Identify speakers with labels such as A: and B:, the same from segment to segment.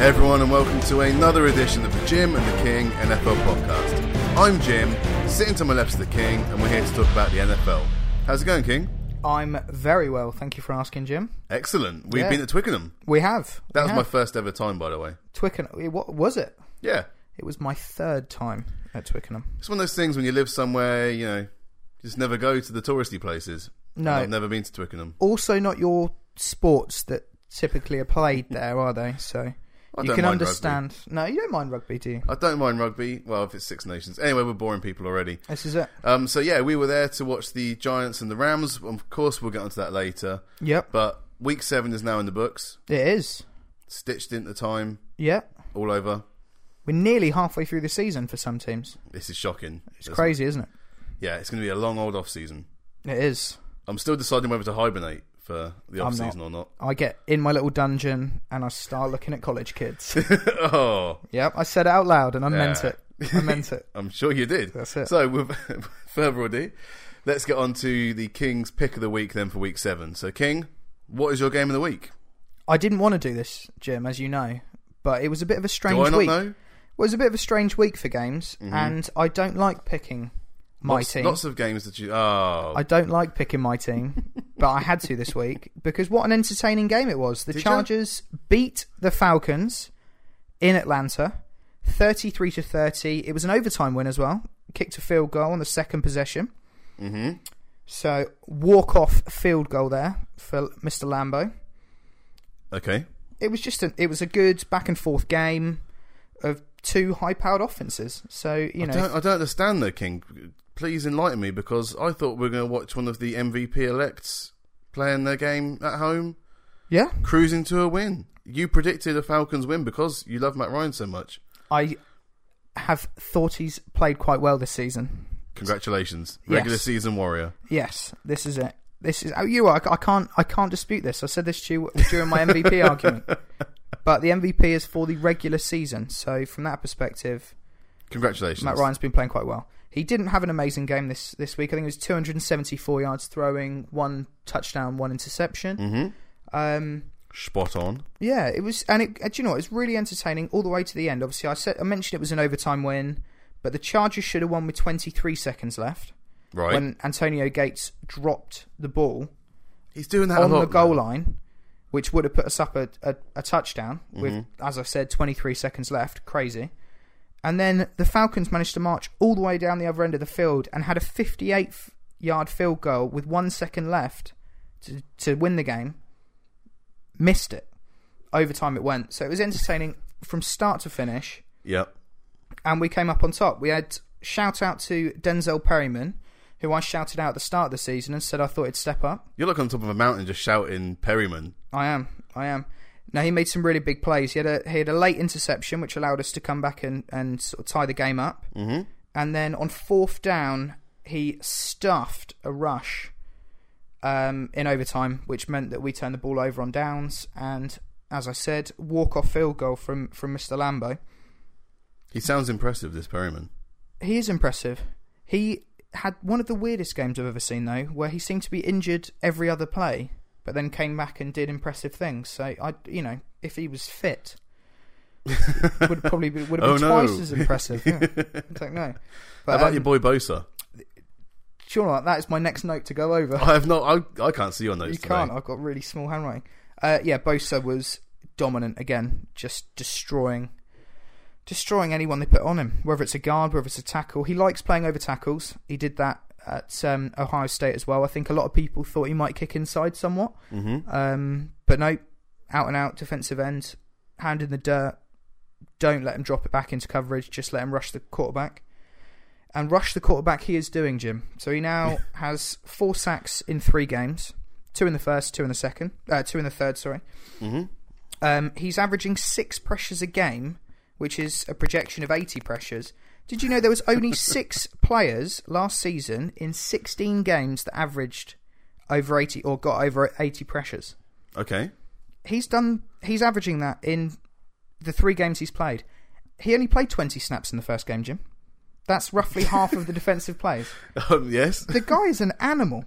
A: everyone, and welcome to another edition of the Jim and the King NFL podcast. I'm Jim, sitting to my left's the King, and we're here to talk about the NFL. How's it going, King?
B: I'm very well. Thank you for asking, Jim.
A: Excellent. We've
B: Yeah.
A: been at Twickenham.
B: We have.
A: That
B: we
A: was
B: have.
A: my first ever time, by the way.
B: Twickenham. What was it?
A: Yeah,
B: It was my third time at Twickenham.
A: it's one of those things when you live somewhere, you know, you just never go to the touristy places.
B: No.
A: And I've never been to Twickenham.
B: Also, not your sports that typically are played there, are they? So
A: I
B: you
A: don't
B: can
A: mind
B: understand. No, you don't mind rugby, do you?
A: I don't mind rugby. Well, if it's Six Nations, anyway, we're boring people already.
B: This is it.
A: Um, so yeah, we were there to watch the Giants and the Rams. Of course, we'll get onto that later.
B: Yep,
A: But week seven is now in the books.
B: it is.
A: stitched into time
B: Yep.
A: all over.
B: We're nearly halfway through the season for some teams.
A: This is shocking.
B: It's crazy, isn't it?
A: Yeah, it's going to be a long old off season.
B: It is.
A: I'm still deciding whether to hibernate for the off
B: I'm not.
A: season or not.
B: I get in my little dungeon and I start looking at college kids.
A: oh,
B: yep, I said it out loud and I meant
A: Yeah.
B: it. I meant it.
A: I'm sure you did.
B: That's it.
A: So, with further ado, let's get on to the King's pick of the week then for week seven. So, King, what is your game of the week?
B: I didn't want to do this, Jim, as you know, but it was a bit of a strange
A: Do I not
B: week.
A: know? Mm-hmm.
B: Well, it was a bit of a strange week for games, and I don't like picking my
A: Lots,
B: team.
A: lots of games that you. Oh,
B: I don't like picking my team, but I had to this week because what an entertaining game it was. The
A: Did ya?
B: Chargers beat the Falcons in Atlanta, thirty-three to thirty. It was an overtime win as well. Kicked a field goal on the second possession.
A: hmm
B: So walk-off field goal there for Mr. Lambo.
A: okay.
B: it was just an it was a good back and forth game of two high powered offenses. So you
A: I,
B: know,
A: don't, I don't understand though, King. Please enlighten me because I thought we were going to watch one of the MVP elects playing their game at home.
B: yeah,
A: cruising to a win. You predicted a Falcons win because you love Matt Ryan so much.
B: I have thought he's played quite well this season.
A: Congratulations,
B: Yes.
A: regular season warrior.
B: Yes, this is it. This is oh, you are. I can't. I can't dispute this. I said this to you during my MVP argument. But the MVP is for the regular season. So from that perspective,
A: Congratulations,
B: Matt Ryan's been playing quite well. He didn't have an amazing game this this week. I think it was 274 yards throwing, one touchdown, one interception.
A: Mm-hmm.
B: Um,
A: Spot on.
B: Yeah, it was, and it, uh, do you know, what? it was really entertaining all the way to the end. Obviously, I said I mentioned it was an overtime win, but the Chargers should have won with 23 seconds left
A: Right,
B: when Antonio Gates dropped the ball
A: he's doing that a
B: on
A: lot,
B: the goal
A: man.
B: line, which would have put us up a, a, a touchdown with, as I said, 23 seconds left. Crazy. And then the Falcons managed to march all the way down the other end of the field and had a 58 yard field goal with one second left to, to win the game. Missed it. Overtime it went. So it was entertaining from start to finish
A: Yep.
B: and we came up on top. We had shout out to Denzel Perryman, who I shouted out at the start of the season and said I thought he'd step up.
A: You're like on top of a mountain just shouting Perryman.
B: I am. I am. Now he made some really big plays. He had a he had a late interception which allowed us to come back and, and sort of tie the game up. Mm-hmm. And then on fourth down, he stuffed a rush um, in overtime, which meant that we turned the ball over on downs. And as I said, walk off field goal from from Mr. Lambo.
A: He sounds impressive, this Perryman.
B: He is impressive. He had one of the weirdest games I've ever seen though, where he seemed to be injured every other play, but then came back and did impressive things. So I, you know, if he was fit, would probably be, would have
A: Oh,
B: been
A: no.
B: twice as impressive. Yeah. I don't know. But
A: How about
B: um,
A: your boy Bosa?
B: do you know what? that is my next note to go over.
A: I have not. I, I can't see your notes.
B: you
A: today.
B: can't. I've got really small handwriting. Uh, yeah, Bosa was dominant again, just destroying, destroying anyone they put on him. Whether it's a guard, whether it's a tackle, he likes playing over tackles. He did that at um, Ohio State as well. I think a lot of people thought he might kick inside somewhat, mm-hmm. um, but no, out and out defensive end, hand in the dirt. Don't let him drop it back into coverage. Just let him rush the quarterback. And rush the quarterback he is doing, Jim. So he now has four sacks in three games two in the first, two in the second, uh, two in the third. Sorry. Mm-hmm. Um, he's averaging six pressures a game, which is a projection of eighty pressures. Did you know there was only six players last season in sixteen games that averaged over eighty or got over eighty pressures?
A: Okay.
B: He's done. He's averaging that in the three games he's played. He only played twenty snaps in the first game, Jim. That's roughly half of the defensive players
A: Um, yes.
B: the guy is an animal.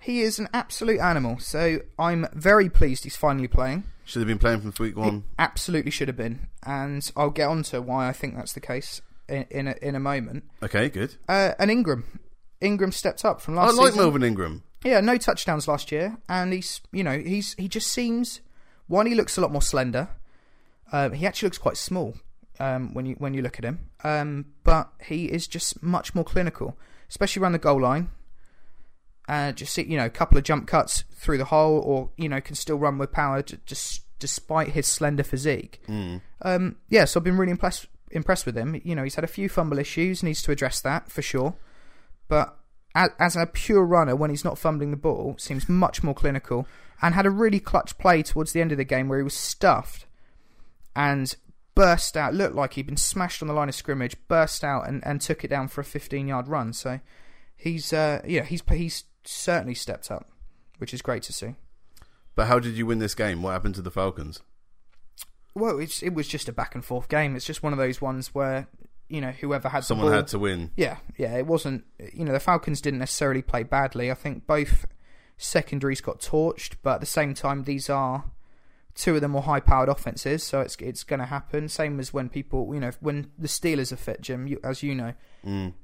B: He is an absolute animal. So I'm very pleased he's finally playing.
A: Should have been playing from week one.
B: Absolutely should have been, and I'll get on to why I think that's the case in in a, in a moment.
A: Okay, good.
B: Uh, and Ingram, Ingram stepped up from
A: I
B: last.
A: like
B: season.
A: Melvin Ingram.
B: Yeah, no touchdowns last year, and he's you know he's he just seems one he looks a lot more slender. Um, he actually looks quite small um, when you when you look at him, um, but he is just much more clinical, especially around the goal line. Uh, just see, you know, a couple of jump cuts through the hole, or you know, can still run with power, j- just despite his slender physique. Um, yeah, so I've been really impressed impressed with him. You know, he's had a few fumble issues, needs to address that for sure. But as, as a pure runner, when he's not fumbling the ball, seems much more clinical. And had a really clutch play towards the end of the game where he was stuffed and burst out. Looked like he'd been smashed on the line of scrimmage, burst out and, and took it down for a 15 yard run. So he's uh, yeah he's he's certainly stepped up, which is great to see.
A: But how did you win this game? What happened to the Falcons?
B: Well, it's, it was just a back and forth game. It's just one of those ones where you know whoever had
A: Someone
B: the ball,
A: had to win.
B: Yeah, yeah, it wasn't. You know, the Falcons didn't necessarily play badly. I think both secondaries got torched, but at the same time, these are two of the more high-powered offenses, so it's it's going to happen. Same as when people, you know, when the Steelers are fit, Jim, you, as you know,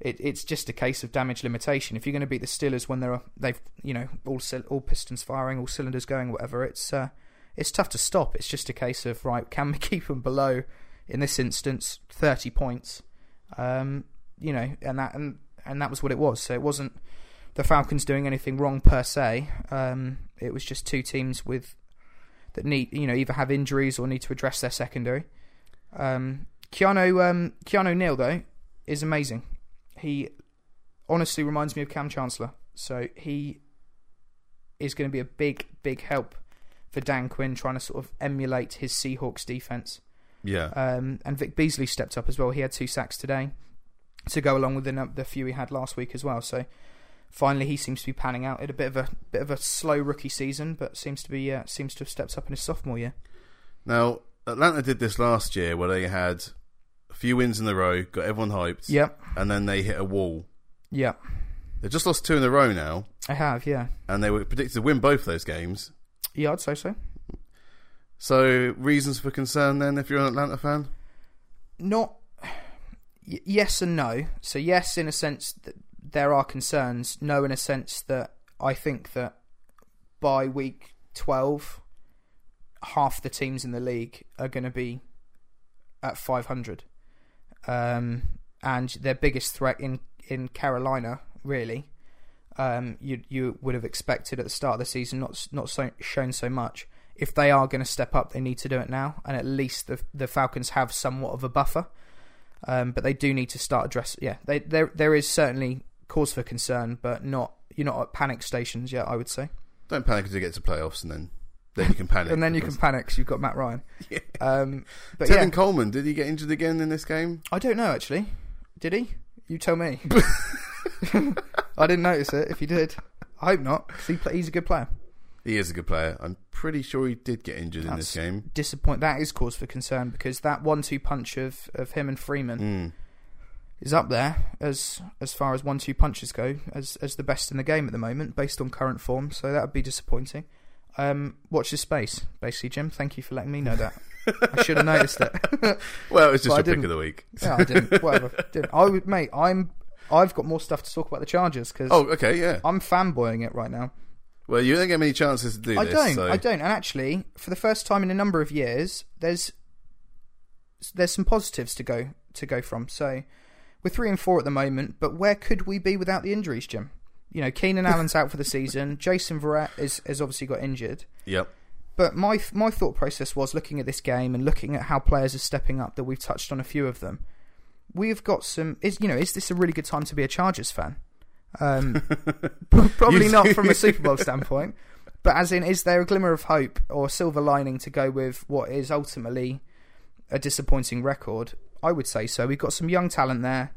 B: it, it's just a case of damage limitation. If you're going to beat the Steelers when they're they've you know all cil- all pistons firing, all cylinders going, whatever, it's uh, it's tough to stop. It's just a case of right, can we keep them below? In this instance, thirty points um, you know, and that and, and that was what it was. So it wasn't the Falcons doing anything wrong per se. Um, it was just two teams with that need you know either have injuries or need to address their secondary. Um, Keanu um, Keanu Neal though is amazing. He honestly reminds me of Cam Chancellor. So he is going to be a big big help for Dan Quinn trying to sort of emulate his Seahawks defense.
A: Yeah.
B: Um, and Vic Beasley stepped up as well. He had two sacks today to go along with the, num- the few he had last week as well. So finally, he seems to be panning out. It a bit of a bit of a slow rookie season, but seems to be uh, seems to have stepped up in his sophomore year.
A: Now, Atlanta did this last year where they had a few wins in a row, got everyone hyped,
B: Yep,
A: and then they hit a wall.
B: yep,
A: They just lost two in a row now,
B: I have. Yeah,
A: and they were predicted to win both those games.
B: yeah, I'd say so.
A: So, reasons for concern then if you're an Atlanta fan?
B: not y- yes and no. So yes, in a sense that there are concerns. No, in a sense that I think that by week twelve, half the teams in the league are going to be at five hundred, um, and their biggest threat in in Carolina really. Um, you you would have expected at the start of the season not s- not so, shown so much. If they are going to step up, they need to do it now, and at least the the Falcons have somewhat of a buffer. Um, but they do need to start address. Yeah, they, there there is certainly cause for concern, but not you're not at panic stations yet. I would say,
A: Don't panic until you get to playoffs, and then, then you can panic.
B: and then you can
A: because-
B: panic because you've got Matt Ryan.
A: Yeah.
B: Um, but
A: Tevin
B: yeah,
A: Coleman, did he get injured again in this game?
B: I don't know actually. Did he? You tell me. I didn't notice it. If he did, I hope not. 'cause he pla he's a good player.
A: He is a good player. I'm pretty sure he did get injured in this
B: That's-
A: game.
B: disappoint. That is cause for concern because that one-two punch of, of him and Freeman
A: Mm.
B: is up there as as far as one-two punches go as as the best in the game at the moment based on current form. So that would be disappointing. Um, watch this space, basically, Jim. Thank you for letting me know that. I should have noticed it.
A: Well, it's just
B: But I
A: your pick
B: didn't-
A: of the week.
B: Yeah, I didn't. Whatever. Didn't. I would, mate. I'm. I've got more stuff to talk about the Chargers because
A: Oh, okay, yeah.
B: I'm fanboying it right now.
A: Well, you don't get many chances to do
B: I
A: this.
B: don't.
A: so-
B: I don't. And actually, for the first time in a number of years, there's there's some positives to go to go from. So we're three and four at the moment, but where could we be without the injuries, Jim? You know, Keenan Allen's out for the season. Jason Verrett is has obviously got injured.
A: Yep.
B: But my my thought process was looking at this game and looking at how players are stepping up. That we've touched on a few of them. We've got some. Is you know, is this a really good time to be a Chargers fan? Um, probably
A: You-
B: not from a Super Bowl standpoint. But as in, is there a glimmer of hope or silver lining to go with what is ultimately a disappointing record? I would say so. We've got some young talent there.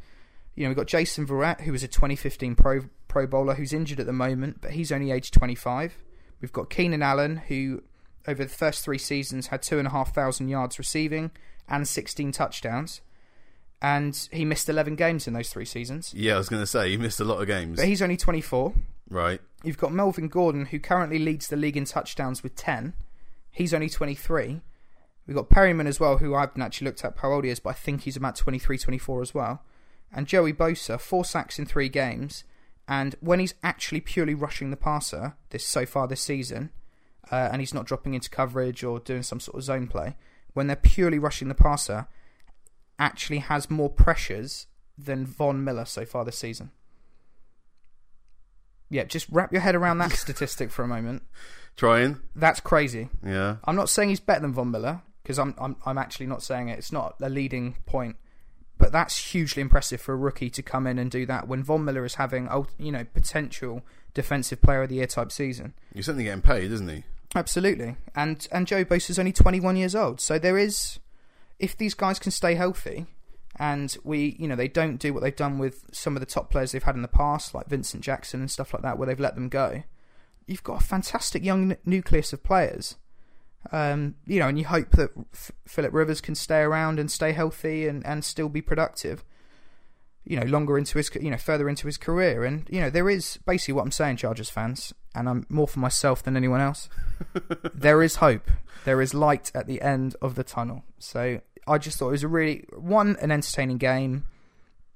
B: You know, we've got Jason Verrett, who was a 2015 Pro Pro Bowler, who's injured at the moment, but he's only aged 25. We've got Keenan Allen, who over the first three seasons had two and a half thousand yards receiving and 16 touchdowns, and he missed 11 games in those three seasons.
A: Yeah, I was going to say, you missed a lot of games.
B: But he's only 24.
A: Right.
B: You've got Melvin Gordon, who currently leads the league in touchdowns with 10. He's only 23. We've got Perryman as well, who I haven't actually looked at how old he is, but I think he's about 23, 24 as well. And Joey Bosa, four sacks in three games. And when he's actually purely rushing the passer, this so far this season, uh, and he's not dropping into coverage or doing some sort of zone play, when they're purely rushing the passer, actually has more pressures than Von Miller so far this season. Yeah, just wrap your head around that statistic for a moment.
A: Trying,
B: That's crazy.
A: yeah.
B: I'm not saying he's better than Von Miller because I'm, I'm I'm actually not saying it. It's not a leading point, but that's hugely impressive for a rookie to come in and do that when Von Miller is having ult- you know potential defensive player of the year type season.
A: He's certainly getting paid, isn't he?
B: Absolutely, and and Joe Bosa's only 21 years old, so there is if these guys can stay healthy and we you know they don't do what they've done with some of the top players they've had in the past like Vincent Jackson and stuff like that where they've let them go you've got a fantastic young n- nucleus of players um, you know and you hope that F- Philip Rivers can stay around and stay healthy and, and still be productive you know longer into his ca- you know further into his career and you know there is basically what I'm saying Chargers fans and I'm more for myself than anyone else there is hope. There is light at the end of the tunnel. So I just thought it was a really one an entertaining game.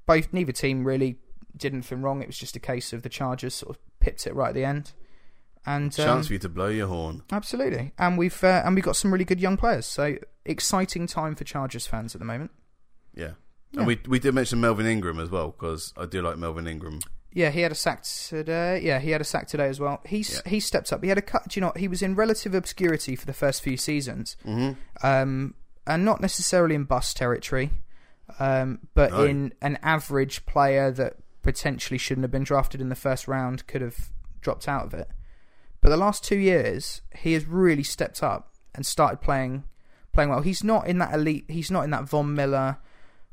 B: Both neither team really did anything wrong. It was just a case of the Chargers sort of pipped it right at the end. And um,
A: Chance for you to blow your horn.
B: absolutely, and we've uh, and we got some really good young players. So exciting time for Chargers fans at the moment.
A: Yeah.
B: Yeah.
A: And we we did mention Melvin Ingram as well because I do like Melvin Ingram.
B: Yeah, he had a sack today. Yeah, he had a sack today as well. He's he stepped up. He had a cut. Do you know what? he was in relative obscurity for the first few seasons, mm-hmm. um, and not necessarily in bust territory, um, but
A: No.
B: in an average player that potentially shouldn't have been drafted in the first round could have dropped out of it. But the last two years, he has really stepped up and started playing playing well. He's not in that elite. He's not in that Von Miller,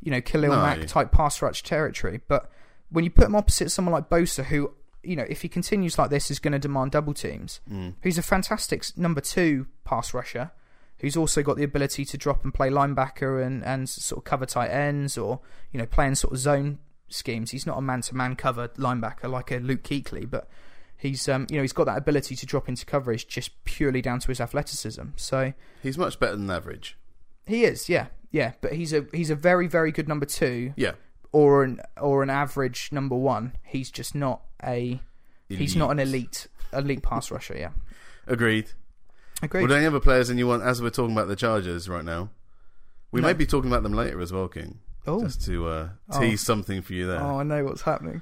B: you know, Khalil
A: No.
B: Mack type pass rush territory. But when you put him opposite someone like Bosa, who you know, if he continues like this, is going to demand double teams. Who's a fantastic s- number two pass rusher, who's also got the ability to drop and play linebacker and and sort of cover tight ends or you know playing sort of zone schemes. He's not a man to man cover linebacker like a Luke Kuechly, but he's um you know he's got that ability to drop into coverage just purely down to his athleticism. So
A: He's much better than average.
B: he is, yeah, yeah. But he's a he's a very very good number two
A: Yeah.
B: or an or an average number one. He's just not a he's not an elite elite pass rusher. Yeah,
A: Agreed.
B: agreed.
A: Were there any other players than you want as we're talking about the Chargers right now? We may be talking about them later as well, King.
B: Oh.
A: Just to uh, tease something for you there.
B: oh, I know what's happening,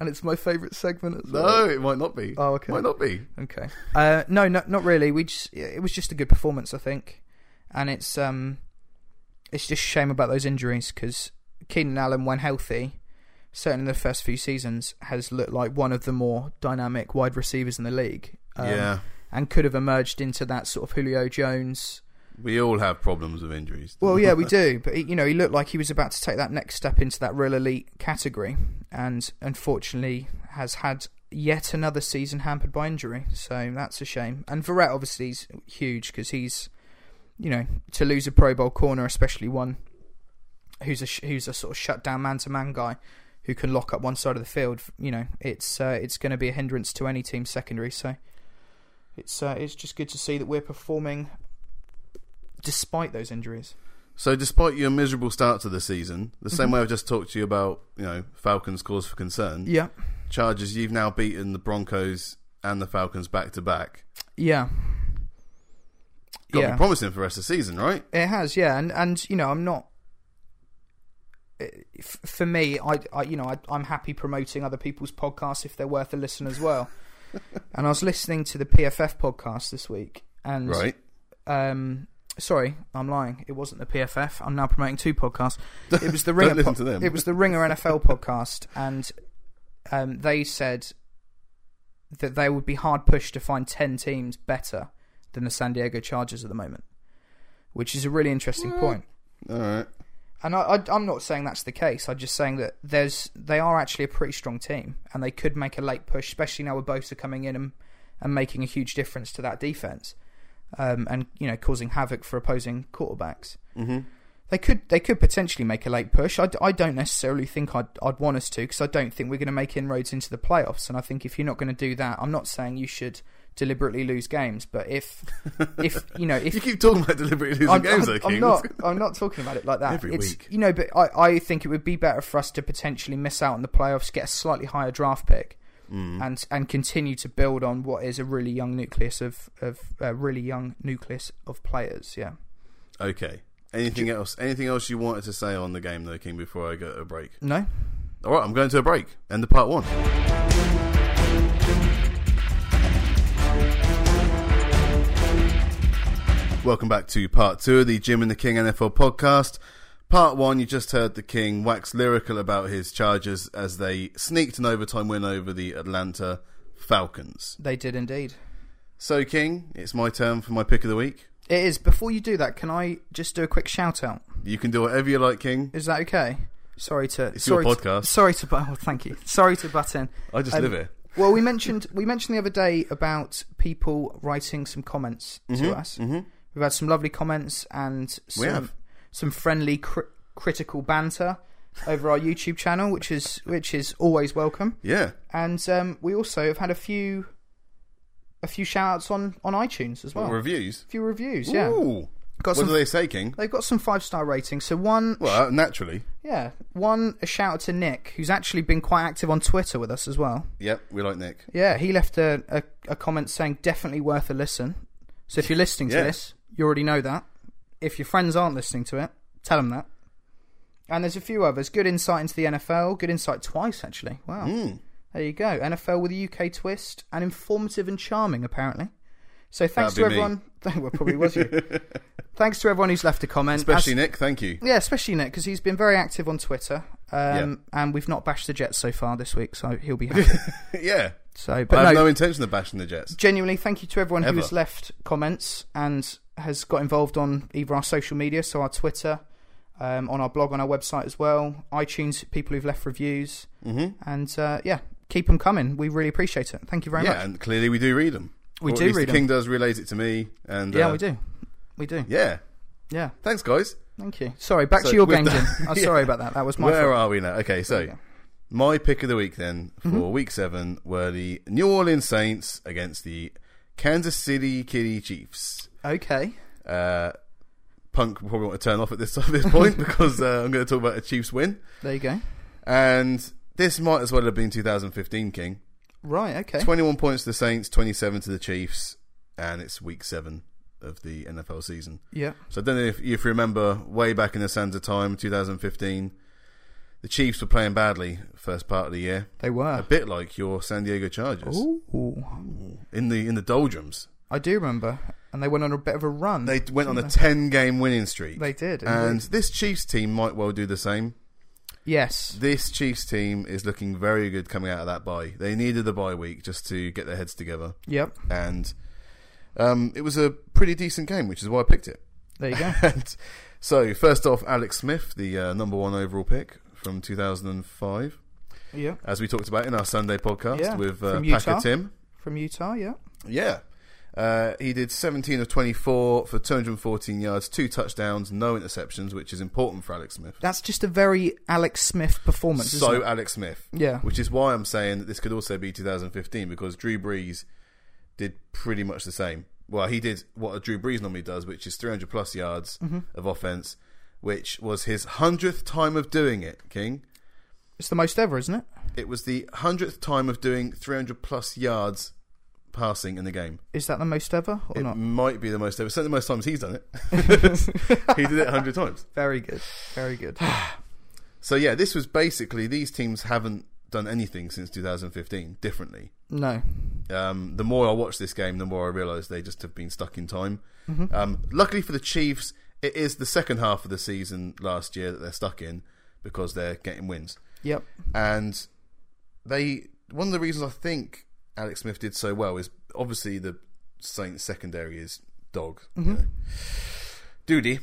B: and it's my favourite segment. As well.
A: no, it might not be.
B: Oh, okay.
A: Might not be.
B: Okay. Uh, no, no, not really. We just it was just a good performance, I think, and it's um, it's just a shame about those injuries because Keenan Allen, when healthy, certainly in the first few seasons, has looked like one of the more dynamic wide receivers in the league. Um,
A: yeah.
B: And could have emerged into that sort of Julio Jones.
A: We all have problems with injuries.
B: Well, yeah, we do. But he, you know, he looked like he was about to take that next step into that real elite category, and unfortunately has had yet another season hampered by injury. So that's a shame. And Verrett obviously is huge because he's, you know, to lose a Pro Bowl corner, especially one who's a sh- who's a sort of shut down man to man guy who can lock up one side of the field. You know, it's uh, it's going to be a hindrance to any team's secondary. So. It's uh, it's just good to see that we're performing despite those injuries.
A: So, despite your miserable start to the season, the same way I've just talked to you about, you know, Falcons' cause for concern,
B: Yeah,
A: Chargers, you've now beaten the Broncos and the Falcons back to back.
B: yeah,
A: Got to
B: Yeah.
A: be promising for the rest of the season, right?
B: it has. Yeah, and and you know, I'm not. eh, F- For me, I, I you know, I, I'm happy promoting other people's podcasts if they're worth a listen as well. and I was listening to the PFF podcast this week, and
A: Right.
B: um, sorry, I'm lying. It wasn't the PFF. I'm now promoting two podcasts. It was the Ringer.
A: listen to them.
B: It was the Ringer NFL podcast, and um, they said that they would be hard pushed to find ten teams better than the San Diego Chargers at the moment, which is a really interesting point.
A: All right.
B: And I, I, I'm not saying that's the case. I'm just saying that there's they are actually a pretty strong team, and they could make a late push, especially now with Bosa coming in and and making a huge difference to that defense, um, and you know causing havoc for opposing quarterbacks. Mm-hmm. They could they could potentially make a late push. I, d- I don't necessarily think I'd I'd want us to because I don't think we're going to make inroads into the playoffs. And I think if you're not going to do that, I'm not saying you should deliberately lose games. But if if you know if
A: You keep talking about deliberately losing
B: I'm,
A: games,
B: I'm-
A: though,
B: I'm
A: King.
B: not. I'm not talking about it like that.
A: Every
B: it's,
A: week.
B: you know. But I, I think it would be better for us to potentially miss out on the playoffs, get a slightly higher draft pick,
A: Mm.
B: and and continue to build on what is a really young nucleus of of a really young nucleus of players. Yeah.
A: Okay. Anything else? Anything else you wanted to say on the game, though, King? Before I go to a break.
B: No.
A: All right, I'm going to a break. End of part one. Welcome back to part two of the Jim and the King NFL podcast. Part one, you just heard the King wax lyrical about his Chargers as they sneaked an overtime win over the Atlanta Falcons.
B: They did indeed.
A: So, King, it's my turn for my pick of the week.
B: It is. Before you do that, can I just do a quick shout out?
A: You can do whatever you like, King.
B: Is that okay? Sorry to.
A: It's your
B: sorry to-
A: podcast.
B: sorry to. bu- Oh, thank you. Sorry to butt in.
A: I just
B: Um,
A: live here.
B: Well, we mentioned we mentioned the other day about people writing some comments to us. Mm-hmm. We've had some lovely comments and some,
A: have.
B: some friendly cri- critical banter over our YouTube channel, which is which is always welcome.
A: Yeah.
B: And um, we also have had a few a few shout outs on on iTunes as
A: Oh.
B: well.
A: Reviews.
B: a few reviews, yeah.
A: Ooh.
B: Got
A: what
B: some-
A: do they say, King?
B: They've got some five star ratings. So one,
A: Well, naturally.
B: yeah, one a shout out to Nick, who's actually been quite active on Twitter with us as well.
A: Yep, we like Nick.
B: Yeah, he left a, a, a comment saying definitely worth a listen. So if you're listening to
A: Yeah.
B: this, you already know that. If your friends aren't listening to it, tell them that. And there's a few others. Good insight into the NFL. Good insight twice, actually. Wow.
A: Hmm.
B: There you go. NFL with a UK twist and informative and charming, apparently. So thanks
A: That'd
B: to
A: be me.
B: everyone. well, probably was you. thanks to everyone who's left a comment.
A: Especially
B: As-
A: Nick, thank you.
B: yeah, especially Nick, because he's been very active on Twitter. Um, And we've not bashed the Jets so far this week, so he'll be happy.
A: yeah.
B: so,
A: I
B: but
A: have
B: no,
A: no, intention of bashing the Jets.
B: genuinely thank you to everyone
A: Ever.
B: who has left comments and has got involved on either our social media, so our Twitter, um, on our blog, on our website as well, iTunes, people who've left reviews, mm-hmm. and uh, yeah, keep them coming. We really appreciate it. Thank you very
A: Yeah,
B: much.
A: and clearly we do read them.
B: We
A: Or at
B: do
A: least
B: read
A: the
B: 'em.
A: King does relays it to me. And
B: yeah,
A: uh,
B: we do, we do. Yeah,
A: Yeah. Thanks, guys.
B: thank you. Sorry, back
A: So,
B: to your
A: with
B: game,
A: that-
B: Jim. I'm
A: Yeah.
B: sorry about that. That was my
A: Where
B: fault.
A: are we now? Okay, so
B: go. Mm-hmm.
A: my pick of the week then for week seven were the New Orleans Saints against the Kansas City Kitty Chiefs.
B: Okay,
A: Uh, Punk will probably want to turn off at this at this point because uh, I'm going to talk about a Chiefs win.
B: there you go.
A: And this might as well have been 2015, King.
B: Right, okay.
A: 21 points to the Saints, 27 to the Chiefs, and it's week seven of the NFL season.
B: yeah,
A: So I don't know if, if you remember way back in the sands of time, 2015, the Chiefs were playing badly first part of the year,
B: they
A: a
B: were.
A: bit like your San Diego Chargers
B: Ooh,
A: in the in the doldrums.
B: I do remember, and they went on a bit of a run.
A: They went on a 10 game winning streak.
B: Mm. They did,
A: and
B: indeed.
A: this Chiefs team might well do the same.
B: yes,
A: This Chiefs team is looking very good coming out of that bye. They needed the bye week just to get their heads together.
B: yep.
A: and um, it was a pretty decent game, which is why I picked it.
B: There you go.
A: and so, first off, Alex Smith, the uh, number one overall pick from 2005,
B: yeah.
A: as we talked about in our Sunday podcast
B: Yeah,
A: with uh,
B: from
A: Packer
B: Utah.
A: Tim.
B: From Utah, yeah.
A: Yeah. Uh, he did 17 of 24 for 214 yards, two touchdowns, no interceptions, which is important for Alex Smith.
B: That's just a very Alex Smith performance. isn't
A: So
B: it?
A: Alex Smith,
B: Yeah.
A: which is why I'm saying that this could also be 2015 because Drew Brees did pretty much the same. Well, he did what a Drew Brees normally does, which is 300 plus yards
B: Mm-hmm.
A: of offense, which was his hundredth time of doing it. King,
B: it's the most ever, isn't it?
A: it was the hundredth time of doing 300 plus yards passing in the game.
B: Is that the most ever or
A: It
B: not?
A: might be the most ever. Certainly, the most times he's done it. he did it 100 times.
B: Very good. Very good.
A: So yeah, this was basically these teams haven't done anything since 2015 differently.
B: no.
A: um, the more I watch this game, the more I realise they just have been stuck in time.
B: Mm-hmm.
A: Um, luckily for the Chiefs, it is the second half of the season last year that they're stuck in because they're getting wins.
B: Yep.
A: And they one of the reasons I think Alex Smith did so well is obviously the Saints secondary is dog.
B: Mm-hmm.
A: you know. Doody.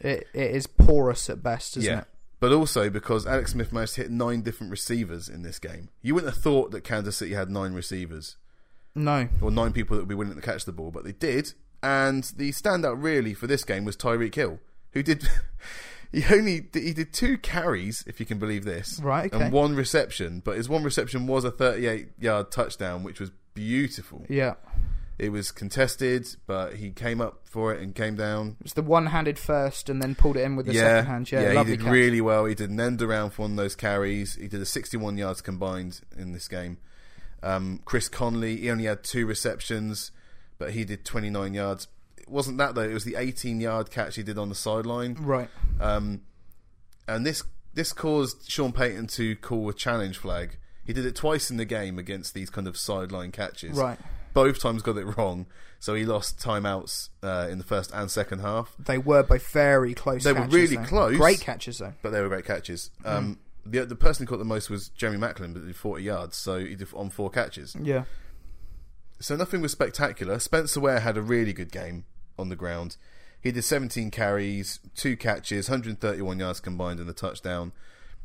B: It, it is porous at best, isn't
A: Yeah.
B: it?
A: But also because Alex Smith managed to hit nine different receivers in this game. You wouldn't have thought that Kansas City had nine receivers.
B: No.
A: or nine people that would be willing to catch the ball, but they did. And the standout really for this game was Tyreek Hill, who did he only he did two carries, if you can believe this,
B: Right, okay.
A: and one reception. But his one reception was a 38 yard touchdown, which was beautiful.
B: Yeah.
A: It was contested, but he came up for it and came down.
B: It was the one-handed first, and then pulled it in with the second hand. Yeah,
A: he
B: lovely
A: did
B: catch.
A: really well. He did an end around for one of those carries. He did a 61 yards combined in this game. Um, Chris Conley, he only had two receptions, but he did 29 yards. It wasn't that though. It was the 18 yard catch he did on the sideline,
B: Right.
A: um, and this this caused Sean Payton to call a challenge flag. He did it twice in the game against these kind of sideline catches.
B: Right.
A: Both times got it wrong, so he lost timeouts uh, in the first and second half.
B: They were both very close.
A: They were
B: catches,
A: really
B: though.
A: close.
B: Great catches though.
A: but they were great catches.
B: Mm.
A: Um, the the person who caught the most was Jeremy Macklin, but did 40 yards, so he did on four catches.
B: Yeah.
A: So nothing was spectacular. Spencer Ware had a really good game on the ground. He did 17 carries, two catches, 131 yards combined, and a touchdown.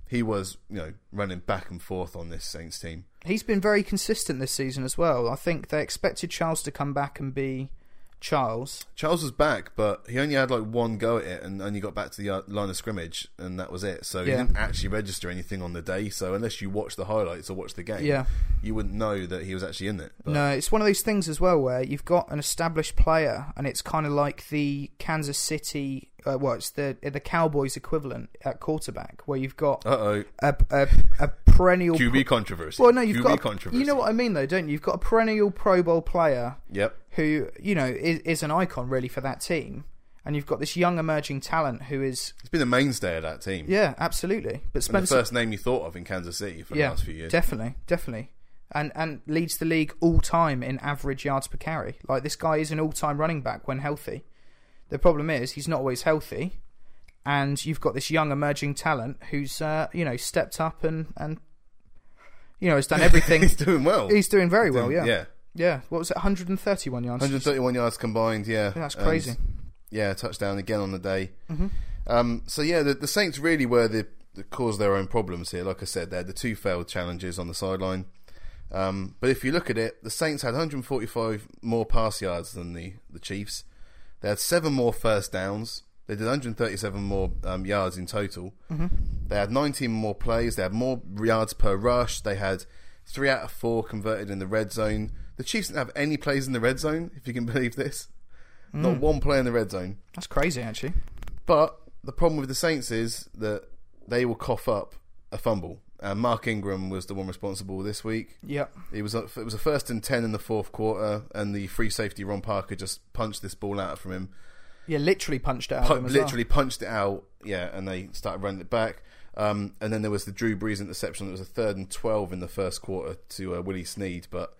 A: He was, you know, running back and forth on this Saints team.
B: He's been very consistent this season as well. I think they expected Charles to come back and be Charles.
A: Charles was back, but he only had like one go at it, and only got back to the yard- line of scrimmage, and that was it. So
B: Yeah.
A: he didn't actually register anything on the day. So unless you watch the highlights or watch the game,
B: Yeah.
A: you wouldn't know that he was actually in it. But-
B: No, it's one of those things as well where you've got an established player, and it's kind of like the Kansas City, uh, well, it's the the Cowboys equivalent at quarterback, where you've got
A: Uh oh.
B: a, a, a perennial.
A: QB controversy.
B: well, no, you've
A: QB
B: got a-
A: controversy.
B: you know what I mean though, don't you? You've got a perennial Pro Bowl player
A: Yep.
B: who you know is, is an icon really for that team, and you've got this young emerging talent who is
A: He's been a mainstay of that team.
B: yeah, absolutely. But
A: And the
B: Spencer,
A: first name you thought of in Kansas City for the
B: yeah,
A: last few years.
B: definitely, definitely, and and leads the league all time in average yards per carry. Like this guy is an all time running back when healthy. The problem is he's not always healthy, and you've got this young emerging talent who's uh, you know stepped up and and you know has done everything.
A: He's doing well.
B: he's doing very well. Yeah,
A: Yeah.
B: Yeah. What was it? 131 yards.
A: 131 yards combined. Yeah.
B: Yeah, that's
A: And,
B: crazy. Mm-hmm.
A: yeah, touchdown again on the day. Um, so yeah, the, the Saints really were the, the cause of their own problems here. Like I said, they had the two failed challenges on the sideline. Um, but if you look at it, the Saints had 145 more pass yards than the, the Chiefs. They had seven more first downs. They did 137 more um, yards in total.
B: Mm-hmm.
A: They had 19 more plays. They had more yards per rush. They had three out of four converted in the red zone. The Chiefs didn't have any plays in the red zone, if you can believe this. Not one play in the red zone.
B: That's crazy, actually.
A: But the problem with the Saints is that they will cough up a fumble. And Mark Ingram was the one responsible this week.
B: Yep.
A: It was a, it was a first and ten in the fourth quarter, and the free safety Ron Parker just punched this ball out from him.
B: Yeah, literally punched it out.
A: Pu-
B: of him as well.
A: literally punched it out, yeah, and they started running it back. Um, and then there was the Drew Brees interception. It was a third and twelve in the first quarter to uh, Willie Sneed, but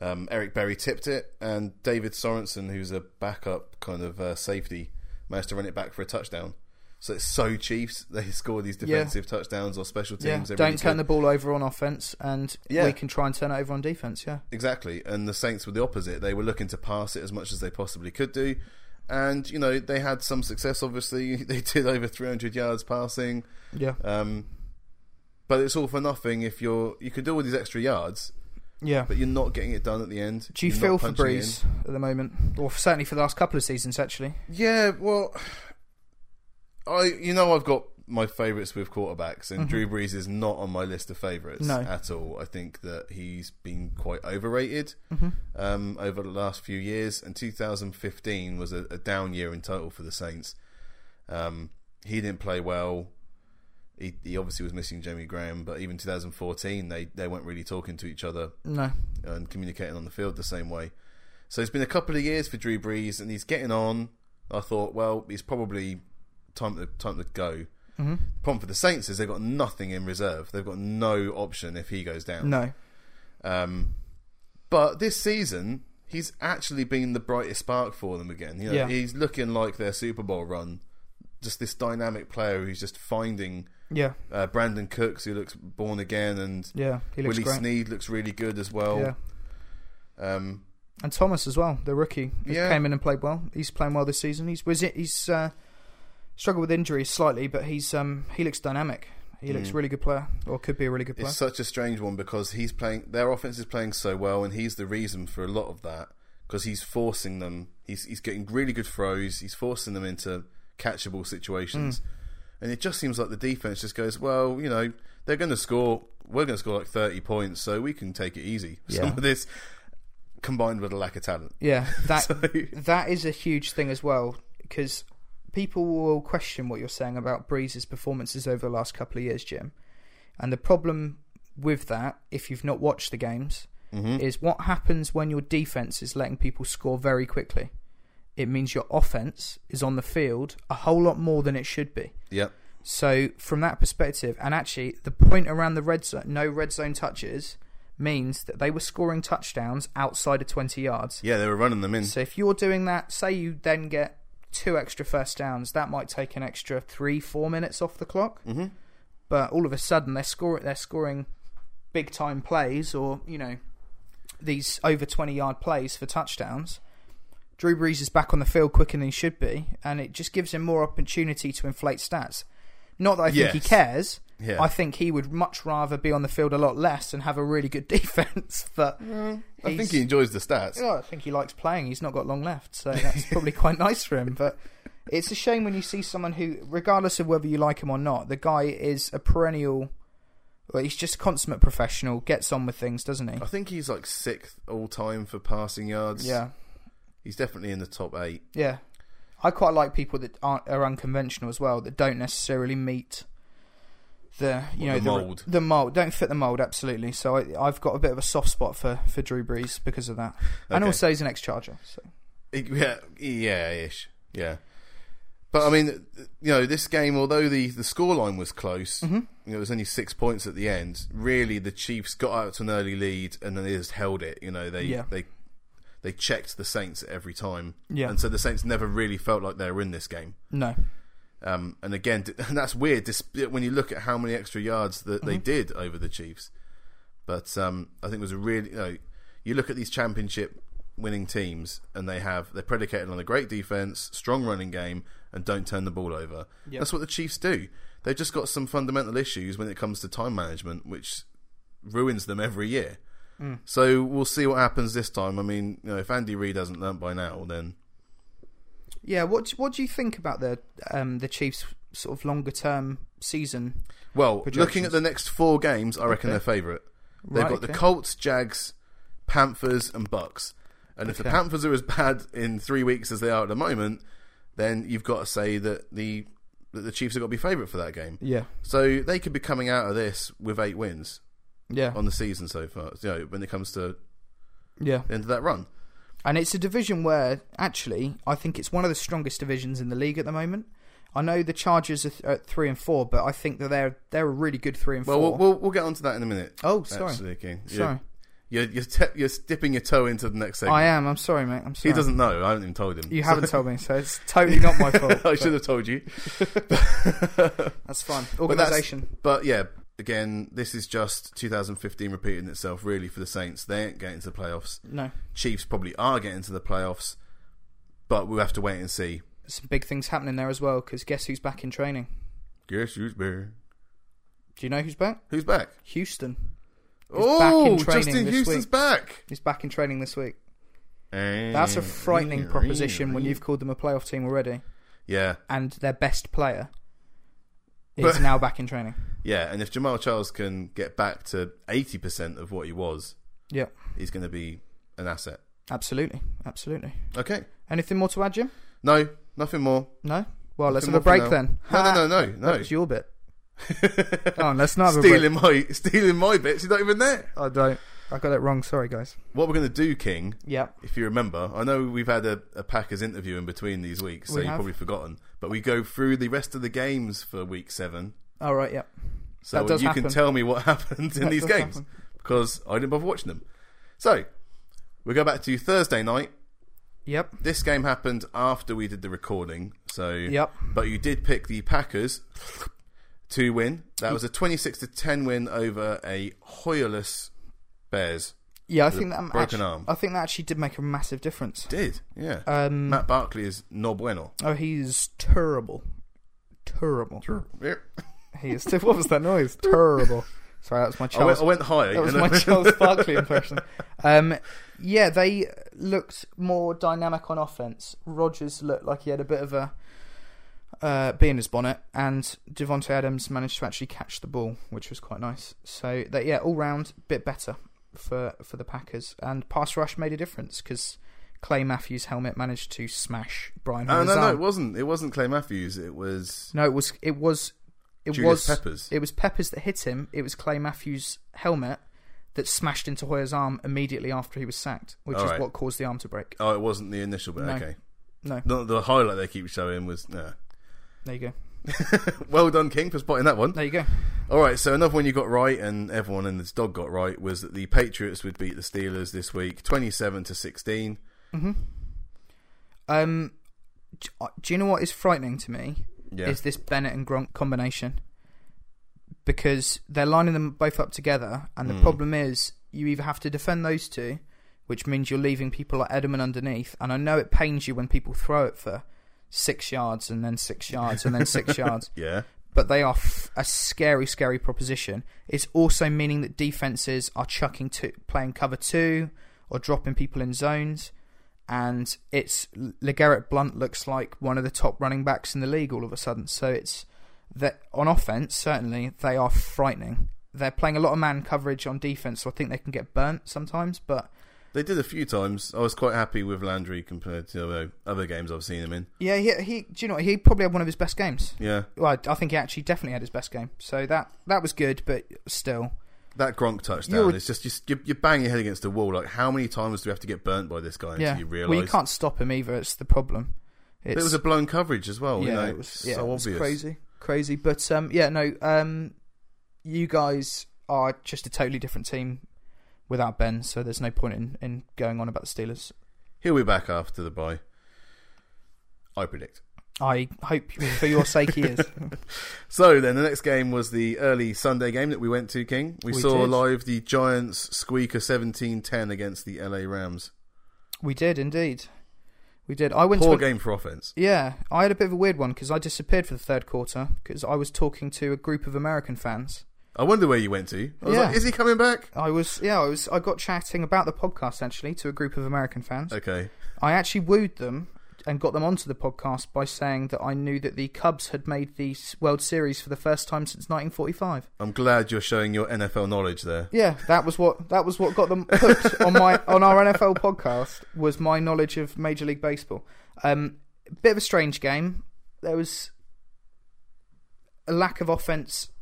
A: um, Eric Berry tipped it, and David Sorensen, who's a backup kind of uh, safety, managed to run it back for a touchdown. So it's so Chiefs they score these defensive touchdowns or special teams.
B: Yeah,
A: They're
B: don't
A: really
B: turn
A: good.
B: the ball over on offense, and
A: Yeah.
B: we can try and turn it over on defense. Yeah,
A: Exactly. And the Saints were the opposite. They were looking to pass it as much as they possibly could do. And, you know, they had some success, obviously. They did over 300 yards passing.
B: yeah,
A: Um, but it's all for nothing if you're. You could do all these extra yards,
B: yeah.
A: but you're not getting it done at the end.
B: Do you
A: You're
B: feel
A: not
B: for
A: punching it in.
B: Breeze at the moment, or certainly for the last couple of seasons, actually?
A: Yeah, well, I you know I've got my favourites with quarterbacks, and Drew Brees is not on my list of favourites
B: Mm-hmm. No.
A: at all. I think that he's been quite overrated um, over the last few years, and 2015 was a, a down year in total for the Saints. Um, he didn't play well. He, he obviously was missing Jamie Graham, but even 2014, they, they weren't really talking to each other
B: No,
A: and communicating on the field the same way. So it's been a couple of years for Drew Brees, and he's getting on. I thought, well, it's probably time to time to go. The problem for the Saints is they've got nothing in reserve. They've got no option if he goes down.
B: no.
A: Um, but this season, he's actually been the brightest spark for them again. You know,
B: Yeah.
A: he's looking like their Super Bowl run. Just this dynamic player who's just finding
B: Yeah,
A: uh, Brandon Cooks, who looks born again, and
B: yeah. He looks
A: Willie oh.
B: great.
A: Sneed looks really good as well.
B: Yeah,
A: Um,
B: and Thomas as well, the rookie, who
A: Yeah.
B: came in and played well. He's playing well this season. He's was it? He's uh, struggled with injuries slightly, but he's um he looks dynamic. He looks
A: Mm.
B: really good player, or could be a really good player.
A: It's such a strange one because he's playing. Their offense is playing so well, and he's the reason for a lot of that because he's forcing them. He's he's getting really good throws. He's forcing them into catchable situations,
B: Hmm.
A: and it just seems like the defense just goes, well, you know, they're going to score. We're going to score like thirty points, so we can take it easy.
B: Yeah.
A: Some of this. combined with a lack of talent.
B: Yeah, that
A: So,
B: that is a huge thing as well because people will question what you're saying about Breeze's performances over the last couple of years, Jim. And the problem with that, if you've not watched the games, is what happens when your defense is letting people score very quickly. It means your offense is on the field a whole lot more than it should be.
A: yep.
B: So from that perspective, and actually the point around the red zone, no red zone touches, means that they were scoring touchdowns outside of 20 yards.
A: Yeah, they were running them in.
B: So if you're doing that, say you then get two extra first downs, that might take an extra three, four minutes off the clock. Mm-hmm. But all of a sudden, they're scoring, they're scoring big time plays, or you know, these over twenty yard plays for touchdowns. Drew Brees is back on the field quicker than he should be, and it just gives him more opportunity to inflate stats. Not that I think he
A: Yes.
B: cares.
A: Yeah.
B: I think he would much rather be on the field a lot less and have a really good defense. But
A: I
B: he's-
A: think he enjoys the stats.
B: well, Oh, I think he likes playing. He's not got long left, so that's probably quite nice for him. But it's a shame when you see someone who, regardless of whether you like him or not, the guy is a perennial. Well, he's just a consummate professional. Gets on with things, doesn't he?
A: I think he's like sixth all time for passing yards.
B: Yeah,
A: He's definitely in the top eight.
B: yeah. I quite like people that aren't are unconventional as well. That don't necessarily meet the
A: What,
B: you know
A: the
B: the
A: mould?
B: The mold don't fit the mold absolutely. So I, I've got a bit of a soft spot for for Drew Brees because of that, and
A: Okay.
B: also he's an ex-charger. So
A: Yeah, yeah, ish. Yeah. But I mean, you know, this game, although the, the scoreline was close,
B: Mm-hmm.
A: you know, it was only six points at the end. Really, the Chiefs got out to an early lead and then they just held it. You know, they
B: Yeah.
A: they they checked the Saints every time,
B: Yeah.
A: and so the Saints never really felt like they were in this game.
B: no,
A: Um, and again, d- and that's weird dis- when you look at how many extra yards that they did over the Chiefs. But um, I think it was a really you know you look at these championship winning teams and they have they're predicated on a great defense, strong running game, and don't turn the ball over. That's what the Chiefs do. They've just got some fundamental issues when it comes to time management, which ruins them every year. So we'll see what happens this time. I mean, you know, if Andy Reid hasn't learnt by now, then
B: Yeah, what do- what do you think about the um, the Chiefs' sort of longer term season?
A: Well, looking
B: projections.
A: at the next four games, I reckon they're favourite. They've
B: Right,
A: got the
B: okay.
A: Colts, Jags, Panthers, and Bucks. And if the Panthers are as bad in three weeks as they are at the moment, then you've got to say that the that the Chiefs have got to be favourite for that game.
B: Yeah,
A: So they could be coming out of this with eight wins
B: yeah,
A: on the season so far. You know, when it comes to
B: yeah.
A: the end of that run.
B: And it's a division where actually I think it's one of the strongest divisions in the league at the moment. I know the Chargers are th- at three and four, but I think that they're they're a really good three and
A: Well,
B: 4
A: we'll we'll, we'll get onto that in a minute.
B: Oh, sorry.
A: actually, King. You're-
B: sorry,
A: You're you're, te- you're dipping your toe into the next segment.
B: I am. I'm sorry, mate. I'm
A: He
B: sorry.
A: doesn't know. I haven't even told him.
B: You haven't told me, so it's totally not my fault.
A: I should have told you.
B: That's fine.
A: But that's-
B: Organisation.
A: But yeah, again, this is just 2015 repeating itself, really, for the Saints. They ain't getting to the playoffs.
B: No,
A: Chiefs probably are getting to the playoffs, but we'll have to wait and see.
B: some big things happening there as well. Because guess who's back in training?
A: Guess who's back?
B: Do you know who's back?
A: Who's back?
B: Houston. back in
A: oh,
B: training
A: Justin
B: this
A: Houston's
B: week.
A: back.
B: He's back in training this week. That's a frightening proposition when you've called them a playoff team already,
A: Yeah,
B: and their best player is
A: But-
B: now back in training.
A: yeah. And if Jamal Charles can get back to 80% of what he was,
B: Yeah,
A: he's going to be an asset.
B: absolutely, absolutely.
A: Okay.
B: Anything more to add, Jim?
A: No, nothing more.
B: No. Well, let's
A: Nothing
B: have a
A: more
B: break
A: for now.
B: then.
A: No, no, no, no, no.
B: It's your bit. oh, let's not have a break.
A: Stealing my, stealing my bits. He's not even there.
B: I don't. I got it wrong. Sorry, guys.
A: What we're going to do, King,
B: Yeah.
A: if you remember, I know we've had a, a Packers interview in between these weeks, so
B: We
A: you've
B: have.
A: probably forgotten. But we go through the rest of the games for week seven,
B: All right. Yeah.
A: so
B: That does
A: you
B: happen.
A: can tell me what happened in
B: That
A: these
B: does
A: games
B: happen.
A: because I didn't bother watching them. So we go back to Thursday night.
B: Yep.
A: This game happened after we did the recording, so
B: Yep.
A: But you did pick the Packers to win. That was a twenty-six to ten win over a Hoyalus Bears.
B: Yeah, I think that um,
A: broken
B: actu-
A: arm.
B: I think that actually did make a massive difference.
A: Did yeah.
B: Um.
A: Matt Barkley is no bueno.
B: Oh, he's terrible. Terrible.
A: Yeah.
B: He is. What was that noise? Terrible. Sorry, that was my
A: I went,
B: Charles
A: I went high.
B: That was
A: and
B: my
A: I-
B: Charles Barkley impression. Um, yeah, they looked more dynamic on offense. Rogers looked like he had a bit of a uh, bee in his bonnet, and Devonte Adams managed to actually catch the ball, which was quite nice. So that yeah, all round bit better. for for the Packers, and pass rush made a difference because Clay Matthews' helmet managed to smash Brian.
A: Oh,
B: Hoyer's
A: no, no,
B: arm.
A: it wasn't. It wasn't Clay Matthews. It was
B: No, it was it was it
A: Julius
B: was
A: Peppers.
B: it was Peppers that hit him. It was Clay Matthews' helmet that smashed into Hoyer's arm immediately after he was sacked, which
A: All
B: is
A: right.
B: what caused the arm to break.
A: Oh, it wasn't the initial bit.
B: No.
A: Okay.
B: No.
A: The, the highlight they keep showing was. No.
B: There you go.
A: well done, King, for spotting that one.
B: There you go.
A: All right, so another one you got right, and everyone in this dog got right, was that the Patriots would beat the Steelers this week, twenty-seven to sixteen.
B: Um, d- uh, do you know what is frightening to me?
A: Yeah.
B: Is this Bennett and Gronk combination? Because they're lining them both up together, and the problem is you either have to defend those two, which means you're leaving people like Edelman underneath. And I know it pains you when people throw it for six yards and then six yards and then six yards,
A: Yeah.
B: but they are f- a scary, scary proposition. It's also meaning that defenses are chucking to playing cover two or dropping people in zones, and it's Legarrette Blunt looks like one of the top running backs in the league all of a sudden. So it's that on offense certainly they are frightening. They're playing a lot of man coverage on defense, so I think they can get burnt sometimes. But
A: They did a few times. I was quite happy with Landry compared to uh, other games I've seen him in.
B: yeah, he, he do you know what? he probably had one of his best games.
A: Yeah.
B: Well, I, I think he actually definitely had his best game. So that that was good, but still.
A: That Gronk touchdown.
B: You're-
A: It's just, just you, you bang your head against the wall. Like, how many times do we have to get burnt by this guy until you realise?
B: Well, you can't stop him either. It's the problem. It's,
A: But it was a blown coverage as well.
B: yeah,
A: you know?
B: it was yeah,
A: so
B: it was
A: obvious.
B: crazy, crazy. But um, yeah, no, um, you guys are just a totally different team without Ben. So there's no point in, in going on about the Steelers.
A: He'll be back after the bye. I predict.
B: I hope for your sake he is.
A: So then, the next game was the early Sunday game that we went to, King. We,
B: We
A: saw
B: did.
A: live the Giants squeaker 17-10 against the LA Rams.
B: we did indeed. We did. I went to
A: Poor
B: a-
A: game for offense.
B: Yeah, I had a bit of a weird one because I disappeared for the third quarter because I was talking to a group of American fans.
A: I wonder where you went to. I was
B: Yeah.
A: like, is he coming back?
B: I was yeah, I was I got chatting about the podcast actually to a group of American fans.
A: Okay.
B: I actually wooed them and got them onto the podcast by saying that I knew that the Cubs had made the S- World Series for the first time since 1945.
A: I'm glad you're showing your NFL knowledge there.
B: Yeah, that was what that was what got them hooked on my on our NFL podcast was my knowledge of Major League Baseball. Um, bit of a strange game. There was a lack of offense,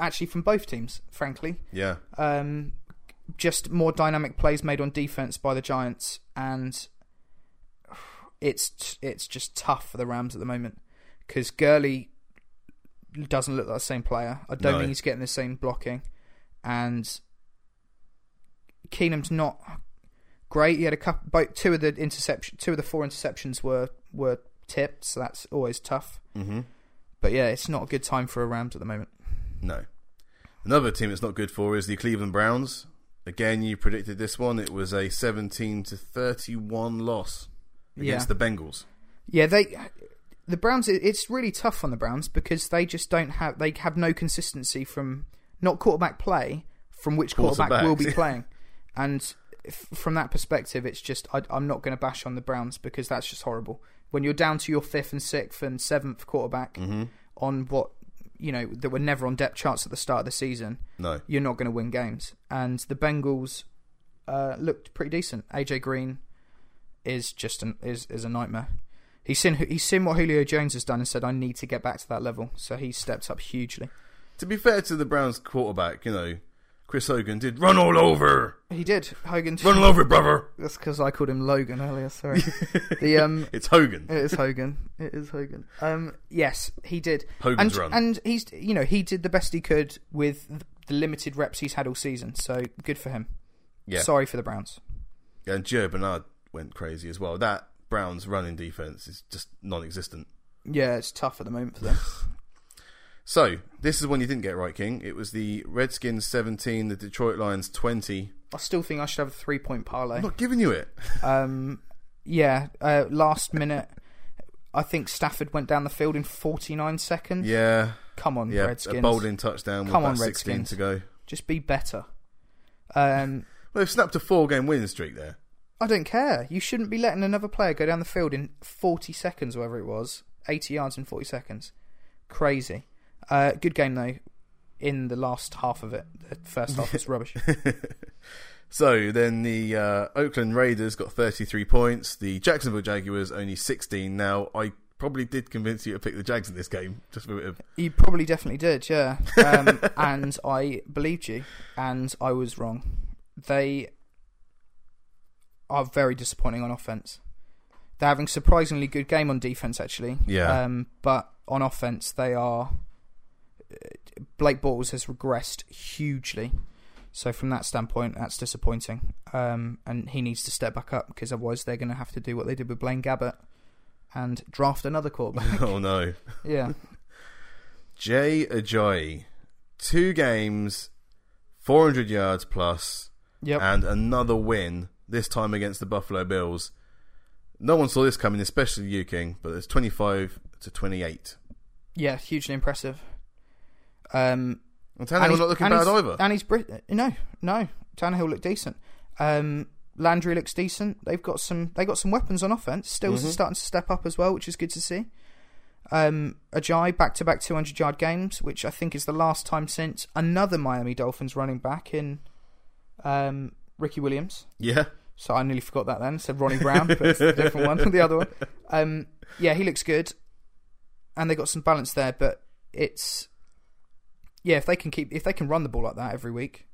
B: actually, from both teams. Frankly,
A: Yeah.
B: um, just more dynamic plays made on defense by the Giants, and it's it's just tough for the Rams at the moment because Gurley doesn't look like the same player. I don't
A: No.
B: think he's getting the same blocking, and Keenum's not great. He had a couple, both, two of the interception, two of the four interceptions were were tipped, so that's always tough.
A: hmm
B: But yeah, it's not a good time for a Rams at the moment.
A: No. Another team it's not good for is the Cleveland Browns. Again, you predicted this one. It was a 17 to 31 loss against the Bengals.
B: Yeah, they the Browns. it- It's really tough on the Browns because they just don't have they have no consistency from not quarterback play from which quarterback will be
A: Quarterbacks.
B: playing, and f- from that perspective, it's just I, I'm not going to bash on the Browns because that's just horrible. When you're down to your fifth and sixth and seventh quarterback on what you know that were never on depth charts at the start of the season,
A: No.
B: you're not going to win games. And the Bengals uh, looked pretty decent. AJ Green is just an, is is a nightmare. He's seen he's seen what Julio Jones has done and said, "I need to get back to that level." So he stepped up hugely.
A: To be fair to the Browns quarterback, you know, Chris Hogan did run all over.
B: He did. Hogan.
A: Run all over, brother.
B: That's because I called him Logan earlier. Sorry. the um.
A: It's Hogan.
B: It is Hogan. It is Hogan. Um. Yes, he did.
A: Hogan's
B: and,
A: run.
B: And he's you know he did the best he could with the limited reps he's had all season. So good for him.
A: Yeah.
B: Sorry for the Browns.
A: And Joe Bernard went crazy as well. That Browns running defense is just non existent.
B: Yeah, it's tough at the moment for them.
A: So, this is one you didn't get right, King. It was the Redskins 17, the Detroit Lions 20.
B: I still think I should have a three point parlay.
A: I'm not giving you it.
B: Um, yeah, uh, last minute, I think Stafford went down the field in 49 seconds.
A: Yeah.
B: Come on,
A: Yeah. A
B: Redskins.
A: bowling touchdown with
B: Come
A: about
B: on,
A: 16
B: Redskins.
A: to go.
B: Just be better. Um,
A: Well, they've snapped a four game winning streak there.
B: I don't care. You shouldn't be letting another player go down the field in 40 seconds, whatever it was. 80 yards in 40 seconds. Crazy. Uh, good game, though, in the last half of it. The first half was rubbish.
A: So then the uh, Oakland Raiders got 33 points. The Jacksonville Jaguars only 16 now. I probably did convince you to pick the Jags in this game. Just for a bit of.
B: You probably definitely did, yeah. Um, and I believed you, and I was wrong. They are very disappointing on offense. They're having surprisingly good game on defense, actually.
A: Yeah.
B: Um, but on offense, they are. uh, Blake Bortles has regressed hugely. So from that standpoint, that's disappointing. Um, and he needs to step back up because otherwise they're going to have to do what they did with Blaine Gabbert and draft another quarterback.
A: oh no.
B: yeah.
A: Jay Ajayi. Two games, 400 yards plus,
B: Yep.
A: and another win, this time against the Buffalo Bills. No one saw this coming, especially you, King, but it's 25 to 28.
B: yeah, hugely impressive. Um,
A: And Tannehill not looking
B: and
A: bad
B: he's-
A: either.
B: And he's Brit- no, no. Tannehill looked decent. Um, Landry looks decent. They've got some. They got some weapons on offense.
A: Mm-hmm.
B: Stills is starting to step up as well, which is good to see. Um, Ajay back to back 200 yard games, which I think is the last time since another Miami Dolphins running back in um, Ricky Williams.
A: yeah.
B: So I nearly forgot that then. Said Ronnie Brown, but it's a different one, the other one. Um, yeah, he looks good, and they got some balance there. But it's yeah, if they can keep if they can run the ball like that every week,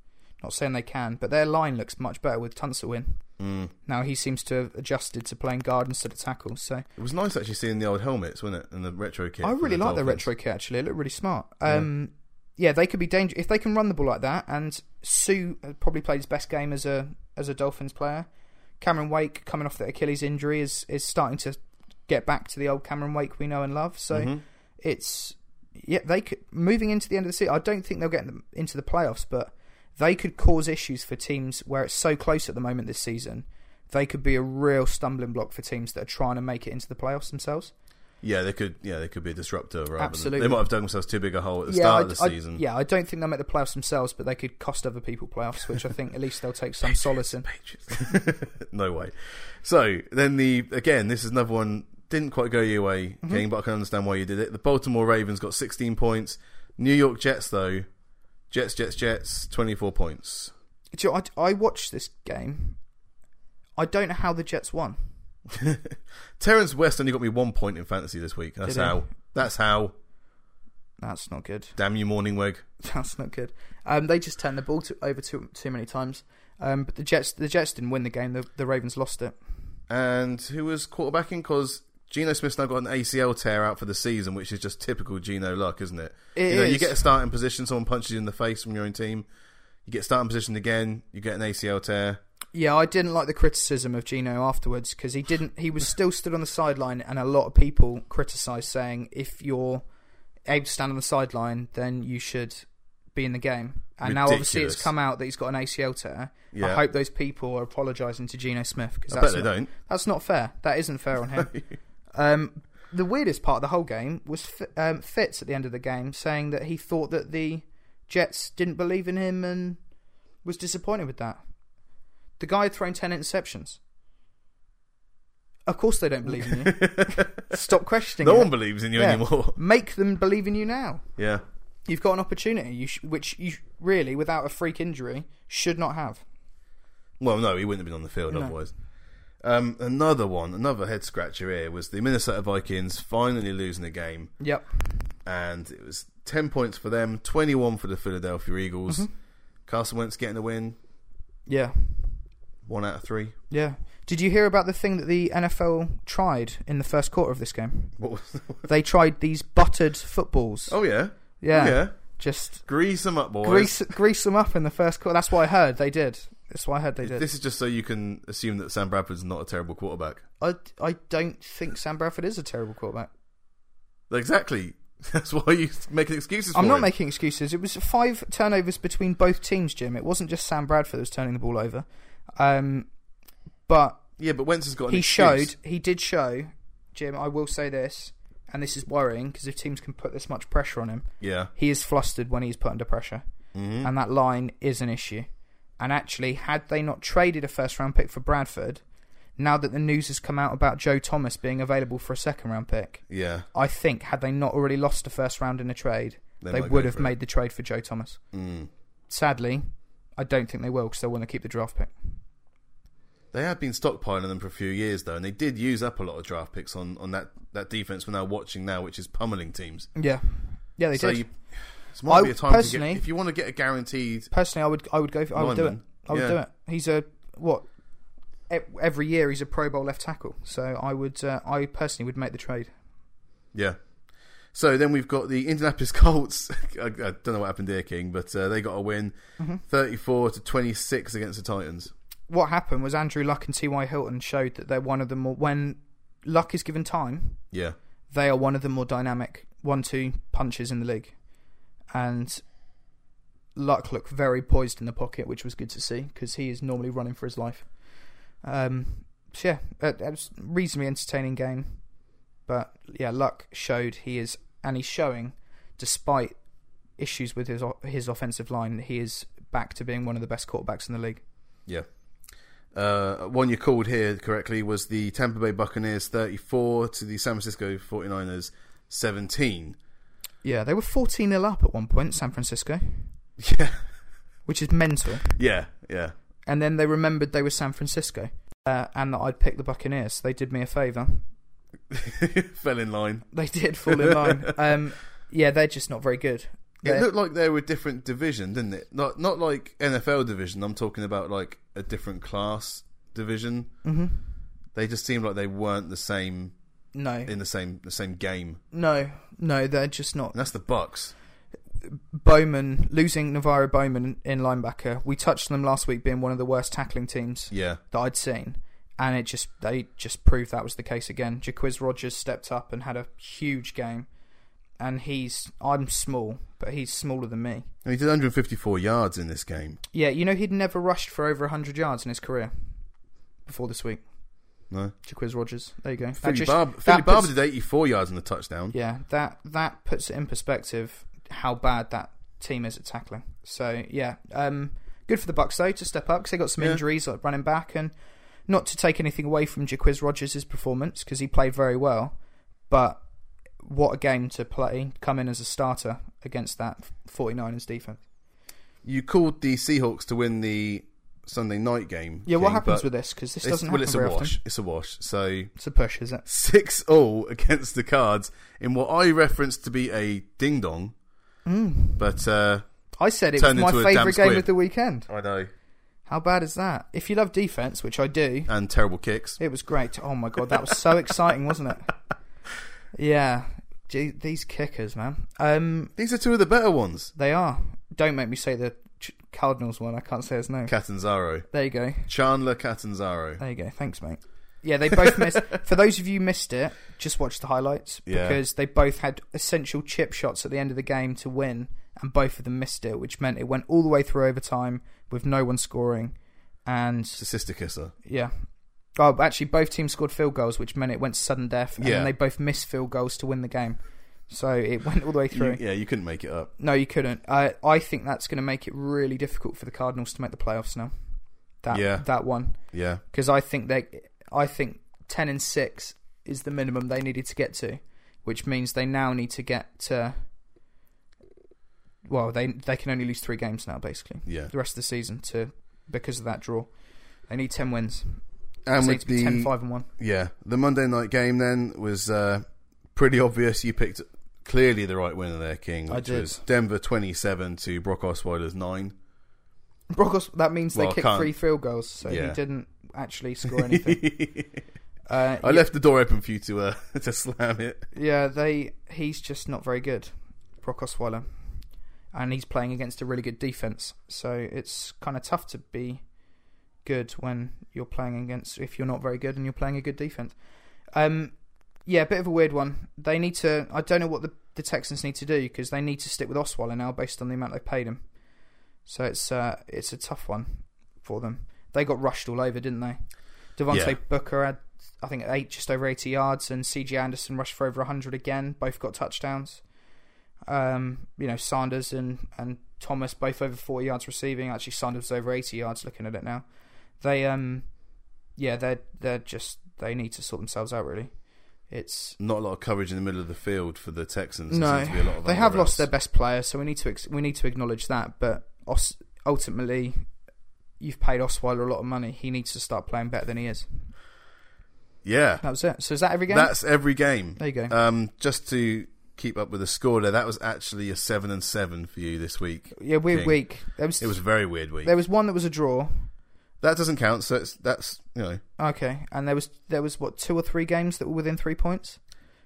B: not saying they can, but their line looks much better with Tunsil in.
A: Mm.
B: Now he seems to have adjusted to playing guard instead of tackle. So
A: It was nice actually seeing the old helmets, wasn't it? And the retro kit. for
B: I really like their
A: Dolphins.
B: retro kit actually. It looked really smart. Um, yeah. they could be dangerous if they can run the ball like that. And Sue probably played his best game as a as a Dolphins player. Cameron Wake coming off the Achilles injury is is starting to get back to the old Cameron Wake we know and love. So
A: Mm-hmm.
B: it's yeah they could moving into the end of the season. I don't think they'll get in- into the playoffs, but they could cause issues for teams where it's so close at the moment this season. They could be a real stumbling block for teams that are trying to make it into the playoffs themselves.
A: Yeah, they could. Yeah, they could be a disruptor. Rather
B: Absolutely.
A: Than, they might have dug themselves too big a hole at the start of the
B: I,
A: season.
B: I, yeah, I don't think they'll make the playoffs themselves, but they could cost other people playoffs, which I think at least they'll take some solace in.
A: Patriots. no way. So then the again, this is another one didn't quite go your way,
B: Mm-hmm.
A: King, but I can understand why you did it. The Baltimore Ravens got 16 points. New York Jets though, Jets, Jets, Jets, 24 points.
B: Do you know, I, I watched this game. I don't know how the Jets won.
A: Terrence West only got me one point in fantasy this week. That's
B: Did he?
A: how. That's how.
B: That's not good.
A: Damn you, Morningweg.
B: That's not good. Um, they just turned the ball to, over too too many times. Um, but the Jets the Jets didn't win the game. The, the Ravens lost it.
A: And who was quarterbacking? Because Geno Smith's now got an ACL tear out for the season, which is just typical Geno luck, isn't it?
B: It
A: you know, you
B: is.
A: get a starting position, someone punches you in the face from your own team. You get starting position again, you get an ACL tear.
B: Yeah, I didn't like the criticism of Gino afterwards because he didn't. He was still stood on the sideline, and a lot of people criticised, saying if you're able to stand on the sideline, then you should be in the game. And now, obviously, it's
A: Ridiculous.
B: come out that he's got an ACL tear. I
A: Yeah.
B: hope those people are apologising to Gino Smith because
A: I
B: that's
A: bet they
B: not,
A: don't.
B: that's not fair. That isn't fair on him. um, the weirdest part of the whole game was F- um, Fitz at the end of the game saying that he thought that the Jets didn't believe in him and was disappointed with that. The guy had thrown 10 interceptions. Of course they don't believe in you. Stop questioning
A: No
B: it.
A: one believes in you
B: Yeah.
A: anymore.
B: Make them believe in you now.
A: yeah.
B: You've got an opportunity, you sh- which you sh- really, without a freak injury, should not have.
A: Well, no, he wouldn't have been on the field otherwise. Um, another one, another head scratcher here was the Minnesota Vikings finally losing a game.
B: Yep.
A: and it was 10 points for them, 21 for the Philadelphia Eagles.
B: Mm-hmm.
A: Carson Wentz getting a win,
B: Yeah.
A: one out of three.
B: Yeah. Did you hear about the thing that the NFL tried in the first quarter of this game?
A: What was
B: They tried these buttered footballs.
A: Oh, yeah.
B: yeah.
A: Oh, yeah.
B: Just
A: Grease them up, boys.
B: grease grease them up in the first quarter. That's what I heard they did. That's what I heard they did.
A: This is just so you can assume that Sam Bradford's not a terrible quarterback.
B: I, I don't think Sam Bradford is a terrible quarterback.
A: Exactly. That's why you make excuses for
B: I'm not
A: him.
B: making excuses. It was five turnovers between both teams, Jim. It wasn't just Sam Bradford that was turning the ball over. Um, but
A: Yeah, but Wentz has got an
B: he
A: excuse.
B: showed he did show jim i will say this and this is worrying because if teams can put this much pressure on him
A: Yeah.
B: he is flustered when he's put under pressure
A: Mm-hmm.
B: and that line is an issue and actually had they not traded a first round pick for bradford now that the news has come out about joe thomas being available for a second round pick
A: Yeah.
B: i think had they not already lost a first round in a trade
A: They
B: they
A: might
B: would
A: go Mm.
B: have
A: for it.
B: made the trade for joe thomas sadly I don't think they will because they want to keep the draft pick.
A: They have been stockpiling them for a few years though, and they did use up a lot of draft picks on, on that, that defense we're now watching now, which is pummeling teams.
B: Yeah, yeah, they
A: so
B: did.
A: you, this might
B: I-
A: be a time to
B: personally-
A: get, if you want to get a guaranteed.
B: Personally, I would I would go. For, I would do it.
A: Lineman.
B: I would
A: Yeah.
B: do it. He's a what? e- Every year he's a Pro Bowl left tackle, so I would. Uh, I personally would make the trade.
A: Yeah. So then we've got the Indianapolis Colts. I, I don't know what happened here, King, but uh, they got a win, thirty-four to twenty-six against the Titans.
B: What happened was Andrew Luck and T. Y. Hilton showed that they're one of the more when Luck is given time,
A: Yeah,
B: they are one of the more dynamic one-two punches in the league, and Luck looked very poised in the pocket, which was good to see because he is normally running for his life. Um, so yeah, it, it was a reasonably entertaining game, but yeah, Luck showed he is, and he's showing, despite issues with his o- his offensive line, he is back to being one of the best quarterbacks in the league.
A: yeah. Uh, one you called here correctly was the Tampa Bay Buccaneers thirty-four to the San Francisco 49ers seventeen.
B: Yeah, they were fourteen 0 up at one point, San Francisco,
A: Yeah,
B: which is mental.
A: yeah, yeah.
B: and then they remembered they were San Francisco uh, and that I'd picked the Buccaneers. So they did me a favour.
A: Fell in line.
B: They did fall in line. Um, yeah, they're just not very good.
A: It
B: They're-
A: looked like they were a different division, didn't it? Not not like NFL division. I'm talking about like a different class division.
B: Mhm.
A: They just seemed like they weren't the same
B: No,
A: in the same the same game.
B: no, no, they're just not.
A: And that's the Bucks.
B: Bowman, losing Navarro Bowman in linebacker, we touched on them last week being one of the worst tackling teams
A: Yeah.
B: that I'd seen. And it just they just proved that was the case again. Jaquiz Rogers stepped up and had a huge game, and he's I'm small, but he's smaller than me.
A: And he did 154 yards in this game.
B: Yeah, you know he'd never rushed for over 100 yards in his career before this week.
A: No.
B: Jaquiz Rogers. There you go. That
A: Philly
B: just-
A: Barb
B: that
A: Philly Barber
B: puts-
A: did 84 yards in the touchdown.
B: yeah, that that puts it in perspective how bad that team is at tackling. So yeah, um, good for the Bucks though to step up because they got some
A: Yeah.
B: injuries like running back and not to take anything away from Jaquiz Rogers' performance because he played very well, but what a game to play come in as a starter against that 49ers defense.
A: You called the Seahawks to win the Sunday night game.
B: Yeah, what
A: King,
B: happens
A: but
B: with this because this
A: it's,
B: doesn't
A: well,
B: happen
A: it's a
B: very
A: wash.
B: often.
A: It's a wash. So
B: It's a push, is it?
A: six all against the Cards in what I referenced to be a ding dong,
B: Hmm.
A: but uh,
B: I said it was
A: turned
B: my
A: into a damn
B: favourite game
A: squid.
B: of the weekend.
A: I know
B: How bad is that? If you love defense, which I do,
A: and terrible kicks.
B: it was great. Oh my god, that was so exciting, wasn't it? Yeah, Gee, these kickers, man. Um,
A: These are two of the better ones.
B: they are. Don't make me say the Ch- Cardinals one. I can't say his name.
A: Catanzaro,
B: There you go.
A: Chandler Catanzaro.
B: There you go. Thanks, mate. Yeah, they both missed. For those of you who missed it, just watch the highlights
A: Yeah.
B: because they both had essential chip shots at the end of the game to win, and both of them missed it, which meant it went all the way through overtime with no one scoring. And
A: It's a sister kisser.
B: yeah, oh, actually, both teams scored field goals, which meant it went sudden death, and
A: Yeah.
B: then they both missed field goals to win the game. So it went all the way through.
A: You- yeah, you couldn't make it up.
B: No, you couldn't. I I think that's going to make it really difficult for the Cardinals to make the playoffs now. That
A: Yeah.
B: that one
A: Yeah,
B: because I think they, I think ten and six is the minimum they needed to get to, which means they now need to get to. Well, they they can only lose three games now, basically,
A: yeah.
B: the rest of the season to because of that draw. They need ten wins.
A: And
B: so
A: with
B: it's 10,
A: the
B: 5 and one.
A: yeah the Monday night game then was uh, pretty obvious. You picked clearly the right winner there, King.
B: I
A: Which
B: did.
A: was Denver twenty seven to Brock Osweiler's nine.
B: Brock Os- that means they
A: Well,
B: kicked
A: can't-
B: three field goals, so he
A: Yeah.
B: didn't actually score anything. uh,
A: I left the door open for you to uh, to slam it.
B: Yeah, they. He's just not very good, Brock Osweiler, and he's playing against a really good defense. So it's kind of tough to be good when you're playing against if you're not very good and you're playing a good defense. Um, yeah, a bit of a weird one. They need to. I don't know what the the Texans need to do because they need to stick with Osweiler now based on the amount they paid him. So it's uh, it's a tough one for them. They got rushed all over, didn't they? Devontae
A: Yeah.
B: Booker had, I think, eight just over eighty yards, and C.J. Anderson rushed for over hundred again. Both got touchdowns. Um, you know, Sanders and and Thomas both over forty yards receiving. Actually, Sanders was over eighty yards. Looking at it now, they um, yeah, they're they're just they need to sort themselves out really. It's
A: Not a lot of coverage in the middle of the field for the Texans. There
B: no,
A: seems to be a lot of
B: they have
A: under
B: lost their
A: reps.
B: best player, so we need to ex- we need to acknowledge that. But Os- ultimately, you've paid Osweiler a lot of money. He needs to start playing better than he is.
A: Yeah.
B: That was it. So is that every game?
A: That's every game.
B: there you go.
A: Um, just to keep up with the score there, that was actually a seven and seven for you this week.
B: yeah, weird
A: King.
B: week. There was,
A: It was a very weird week.
B: there was one that was a draw.
A: That doesn't count. So it's, that's you know,
B: Okay, and there was there was what two or three games that were within three points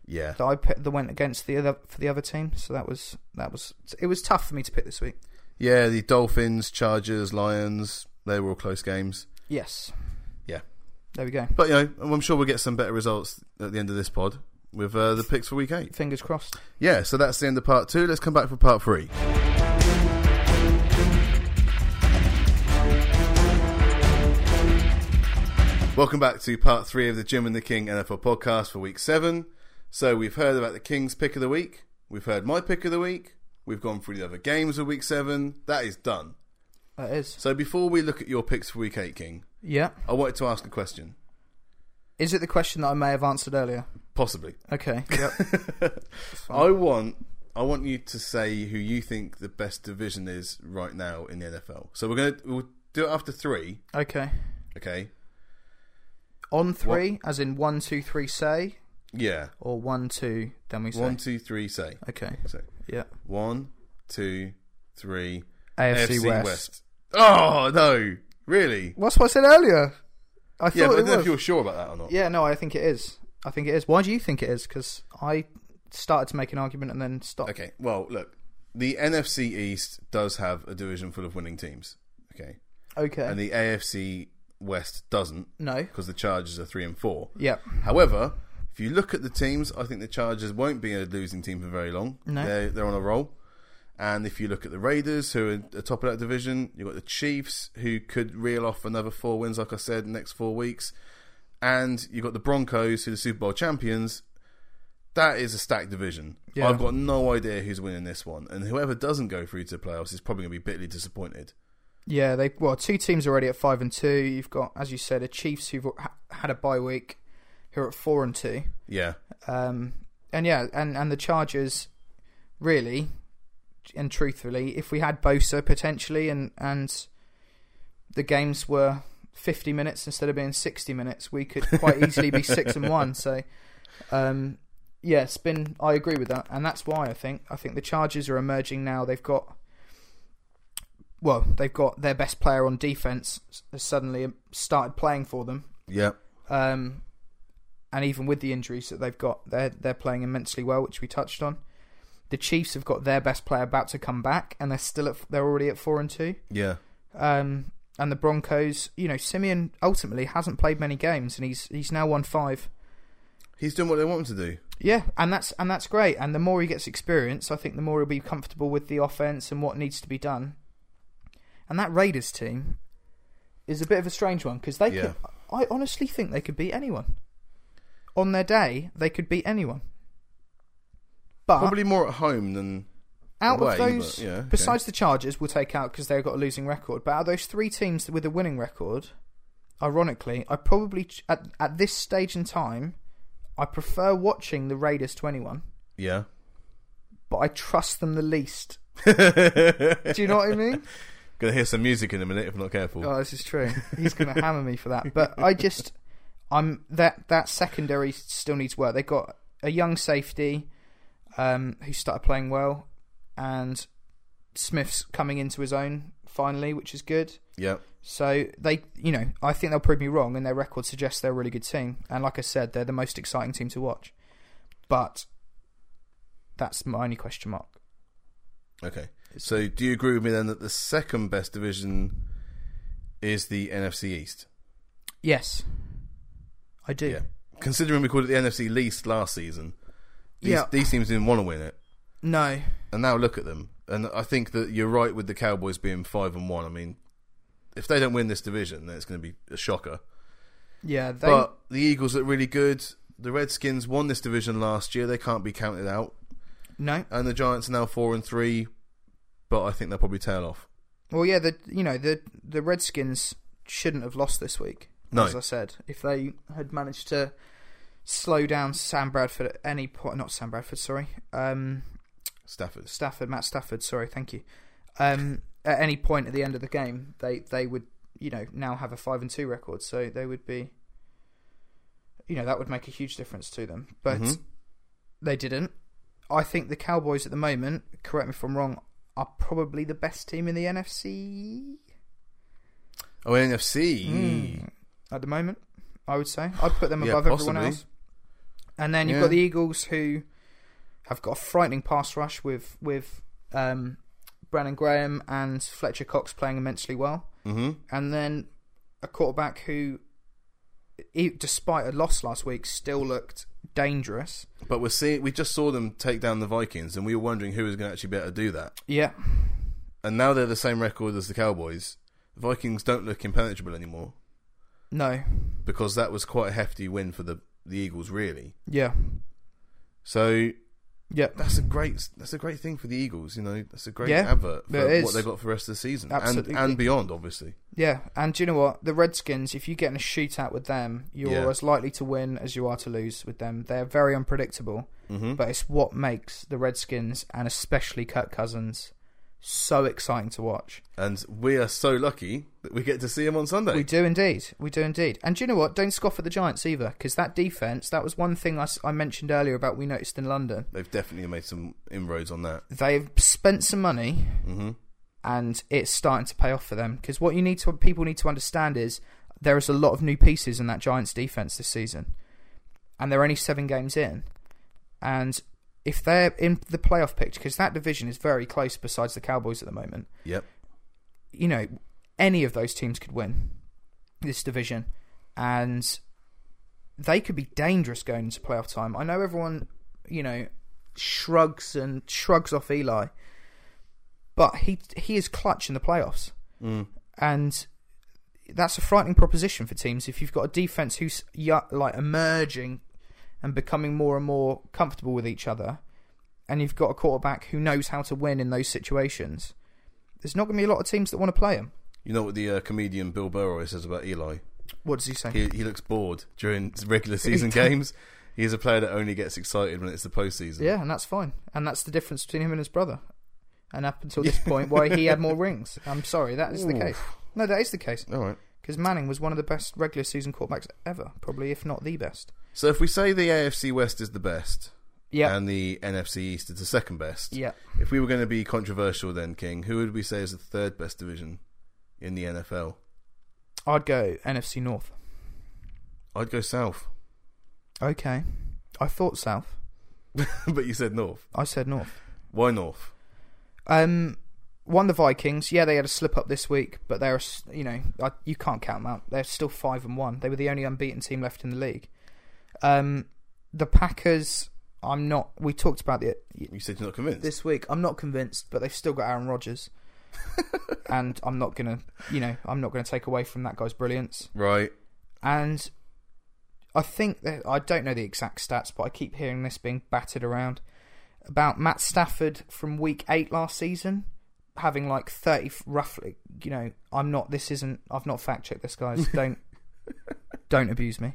A: yeah.
B: that I picked, that went against the other for the other team. So that was that was it was tough for me to pick this week.
A: Yeah, the Dolphins, Chargers, Lions, they were all close games.
B: Yes.
A: Yeah.
B: There we go.
A: But, you know, I'm sure we'll get some better results at the end of this pod with uh, the picks for week eight.
B: Fingers crossed.
A: Yeah, so that's the end of part two. Let's come back for part three. Welcome back to part three of the Jim and the King NFL podcast for week seven. So we've heard about the King's pick of the week. We've heard my pick of the week. We've gone through the other games of week seven. That is done.
B: That is.
A: So before we look at your picks for week eight, King,
B: Yeah.
A: I wanted to ask a question.
B: Is it the question that I may have answered earlier?
A: Possibly.
B: Okay. Yep.
A: I want I want you to say who you think the best division is right now in the NFL. So we're gonna we'll do it after three,
B: okay.
A: okay?
B: On three, as in one, two, three, say,
A: Yeah.
B: or one, two, then we say.
A: One, two, three, say.
B: okay.
A: So
B: Yeah.
A: one, two, three.
B: AFC, West.
A: Oh no! Really?
B: What's what I said earlier? I thought
A: Yeah, but I
B: it
A: don't know
B: was.
A: if you're sure about that or not.
B: Yeah, no, I think it is. I think it is. Why do you think it is? Because I started to make an argument and then stopped.
A: Okay. Well, look, the NFC East does have a division full of winning teams. Okay.
B: Okay.
A: And the AFC West doesn't
B: no.
A: because the Chargers are three and four.
B: Yeah.
A: However, if you look at the teams, I think the Chargers won't be a losing team for very long.
B: No.
A: They're, they're on a roll. And if you look at the Raiders, who are atop of that division, you've got the Chiefs, who could reel off another four wins, like I said, in the next four weeks. And you've got the Broncos, who are the Super Bowl champions. That is a stacked division.
B: Yeah.
A: I've got no idea who's winning this one. And whoever doesn't go through to the playoffs is probably going to be bitterly disappointed.
B: Yeah, they well, two teams already at five and two. You've got, as you said, the Chiefs who've ha- had a bye week, who are at four and two.
A: Yeah.
B: Um, and yeah, and, and the Chargers, really, and truthfully, if we had Bosa potentially, and and the games were fifty minutes instead of being sixty minutes, we could quite easily be six and one. So, um, yeah, it's been. I agree with that, and that's why I think I think the Chargers are emerging now. They've got. Well, they've got their best player on defense has suddenly um, started playing for them,
A: Yeah.
B: um, and even with the injuries that they've got, they're they're playing immensely well, which we touched on. The Chiefs have got their best player about to come back, and they're still at they're already at four and two.
A: Yeah.
B: Um, and the Broncos, you know, Simeon ultimately hasn't played many games, and he's he's now won five.
A: He's doing what they want him to do.
B: Yeah, and that's and that's great. And the more he gets experience, I think the more he'll be comfortable with the offense and what needs to be done. And that Raiders team is a bit of a strange one because they
A: Yeah.
B: could. I honestly think they could beat anyone. On their day, they could beat anyone. But
A: Probably more at home than
B: out
A: away,
B: of those,
A: but yeah, okay.
B: besides the Chargers, we'll take out because they've got a losing record. But out of those three teams with a winning record, ironically, I probably ch- at at this stage in time, I prefer watching the Raiders to anyone.
A: Yeah.
B: but I trust them the least. Do you know what I mean?
A: Gonna hear some music in a minute if I'm not careful.
B: Oh, this is true. He's going to hammer me for that. But I just, I'm that that secondary still needs work. They got a young safety um, who started playing well, and Smith's coming into his own finally, which is good.
A: yeah.
B: So they, you know, I think they'll prove me wrong, and their record suggests they're a really good team. And like I said, they're the most exciting team to watch. But that's my only question mark.
A: Okay. So do you agree with me then that the second best division is the NFC East?
B: Yes, I do.
A: Considering we called it the NFC least last season, these,
B: Yeah.
A: these teams didn't want to win it,
B: No.
A: and now look at them. And I think that you're right with the Cowboys being five and one. I mean, if they don't win this division, then it's going to be a shocker.
B: Yeah, they
A: but the Eagles look really good. The Redskins won this division last year; they can't be counted out.
B: no.
A: And the Giants are now four and three, but I think they'll probably tail off.
B: Well, yeah, the you know the the Redskins shouldn't have lost this week.
A: No.
B: as I said, if they had managed to slow down Sam Bradford at any point, not Sam Bradford, sorry, um,
A: Stafford.
B: Stafford, Matt Stafford, sorry, thank you. Um, at any point at the end of the game, they they would you know now have a five and two record, so they would be. You know that would make a huge difference to them, but
A: Mhm.
B: they didn't. I think the Cowboys at the moment, correct me if I'm wrong, are probably the best team in the NFC
A: Oh, NFC.
B: Hmm. Mm. at the moment. I would say I'd put them
A: Yeah,
B: above
A: possibly.
B: everyone else. And then you've
A: Yeah.
B: got the Eagles, who have got a frightening pass rush with with um, Brandon Graham and Fletcher Cox playing immensely well,
A: hmm
B: and then a quarterback who, e- despite a loss last week, still looked dangerous.
A: But we're seeing. We just saw them take down the Vikings, and we were wondering who was going to actually be able to do that.
B: Yeah,
A: And now they're the same record as the Cowboys. Vikings don't look impenetrable anymore
B: no,
A: because that was quite a hefty win for the the Eagles, really.
B: yeah,
A: So
B: yeah,
A: that's a great that's a great thing for the Eagles. You know, that's a great
B: Yeah,
A: advert for
B: it is.
A: what they got for the rest of the season
B: Absolutely.
A: and and beyond, obviously.
B: yeah. And do you know what? The Redskins, if you get in a shootout with them, you're
A: Yeah.
B: as likely to win as you are to lose with them. They're very unpredictable.
A: Mm-hmm.
B: but it's what makes the Redskins and especially Kirk Cousins so exciting to watch.
A: And we are so lucky that we get to see him on Sunday.
B: We do indeed. We do indeed. And do you know what? Don't scoff at the Giants either, because that defense, that was one thing I, s- I mentioned earlier about we noticed in London.
A: They've definitely made some inroads on that.
B: They've spent some money
A: Mm-hmm.
B: and it's starting to pay off for them. Because what you need to people need to understand is there is a lot of new pieces in that Giants defense this season, and they're only seven games in, and if they're in the playoff picture, because that division is very close, besides the Cowboys at the moment.
A: Yep.
B: you know, any of those teams could win this division, and they could be dangerous going into playoff time. I know everyone, you know, shrugs and shrugs off Eli, but he he is clutch in the playoffs,
A: Mm.
B: and that's a frightening proposition for teams if you've got a defense who's yo- like emerging and becoming more and more comfortable with each other, and you've got a quarterback who knows how to win in those situations. There's not going to be a lot of teams that want to play him.
A: You know what the uh, comedian Bill Burr always says about Eli?
B: What does he say?
A: He, he looks bored during regular season games. He's a player that only gets excited when it's the postseason.
B: yeah, and that's fine, and that's the difference between him and his brother. And up until this point, why he had more rings. I'm sorry, that is the
A: Ooh.
B: case. No, that is the case
A: All right.
B: because Manning was one of the best regular season quarterbacks ever, probably if not the best.
A: So if we say the AFC West is the best
B: Yeah,
A: and the NFC East is the second best,
B: yeah.
A: if we were going to be controversial then, King, who would we say is the third best division in the NFL?
B: I'd go NFC North.
A: I'd go South,
B: Okay, I thought South.
A: but you said North.
B: I said North.
A: Why North?
B: Um, won the Vikings. Yeah, they had a slip up this week, but they're s- you know I, you can't count them out. They're still five and one. They were the only unbeaten team left in the league. Um, the Packers. I'm not. We talked about it
A: You said you're not convinced.
B: this week. I'm not convinced, but they've still got Aaron Rodgers, and I'm not gonna. You know, I'm not gonna take away from that guy's brilliance.
A: Right.
B: And I think that I don't know the exact stats, but I keep hearing this being batted around about Matt Stafford from week eight last season having like 30 f- roughly you know i'm not this isn't i've not fact checked this guys don't don't abuse me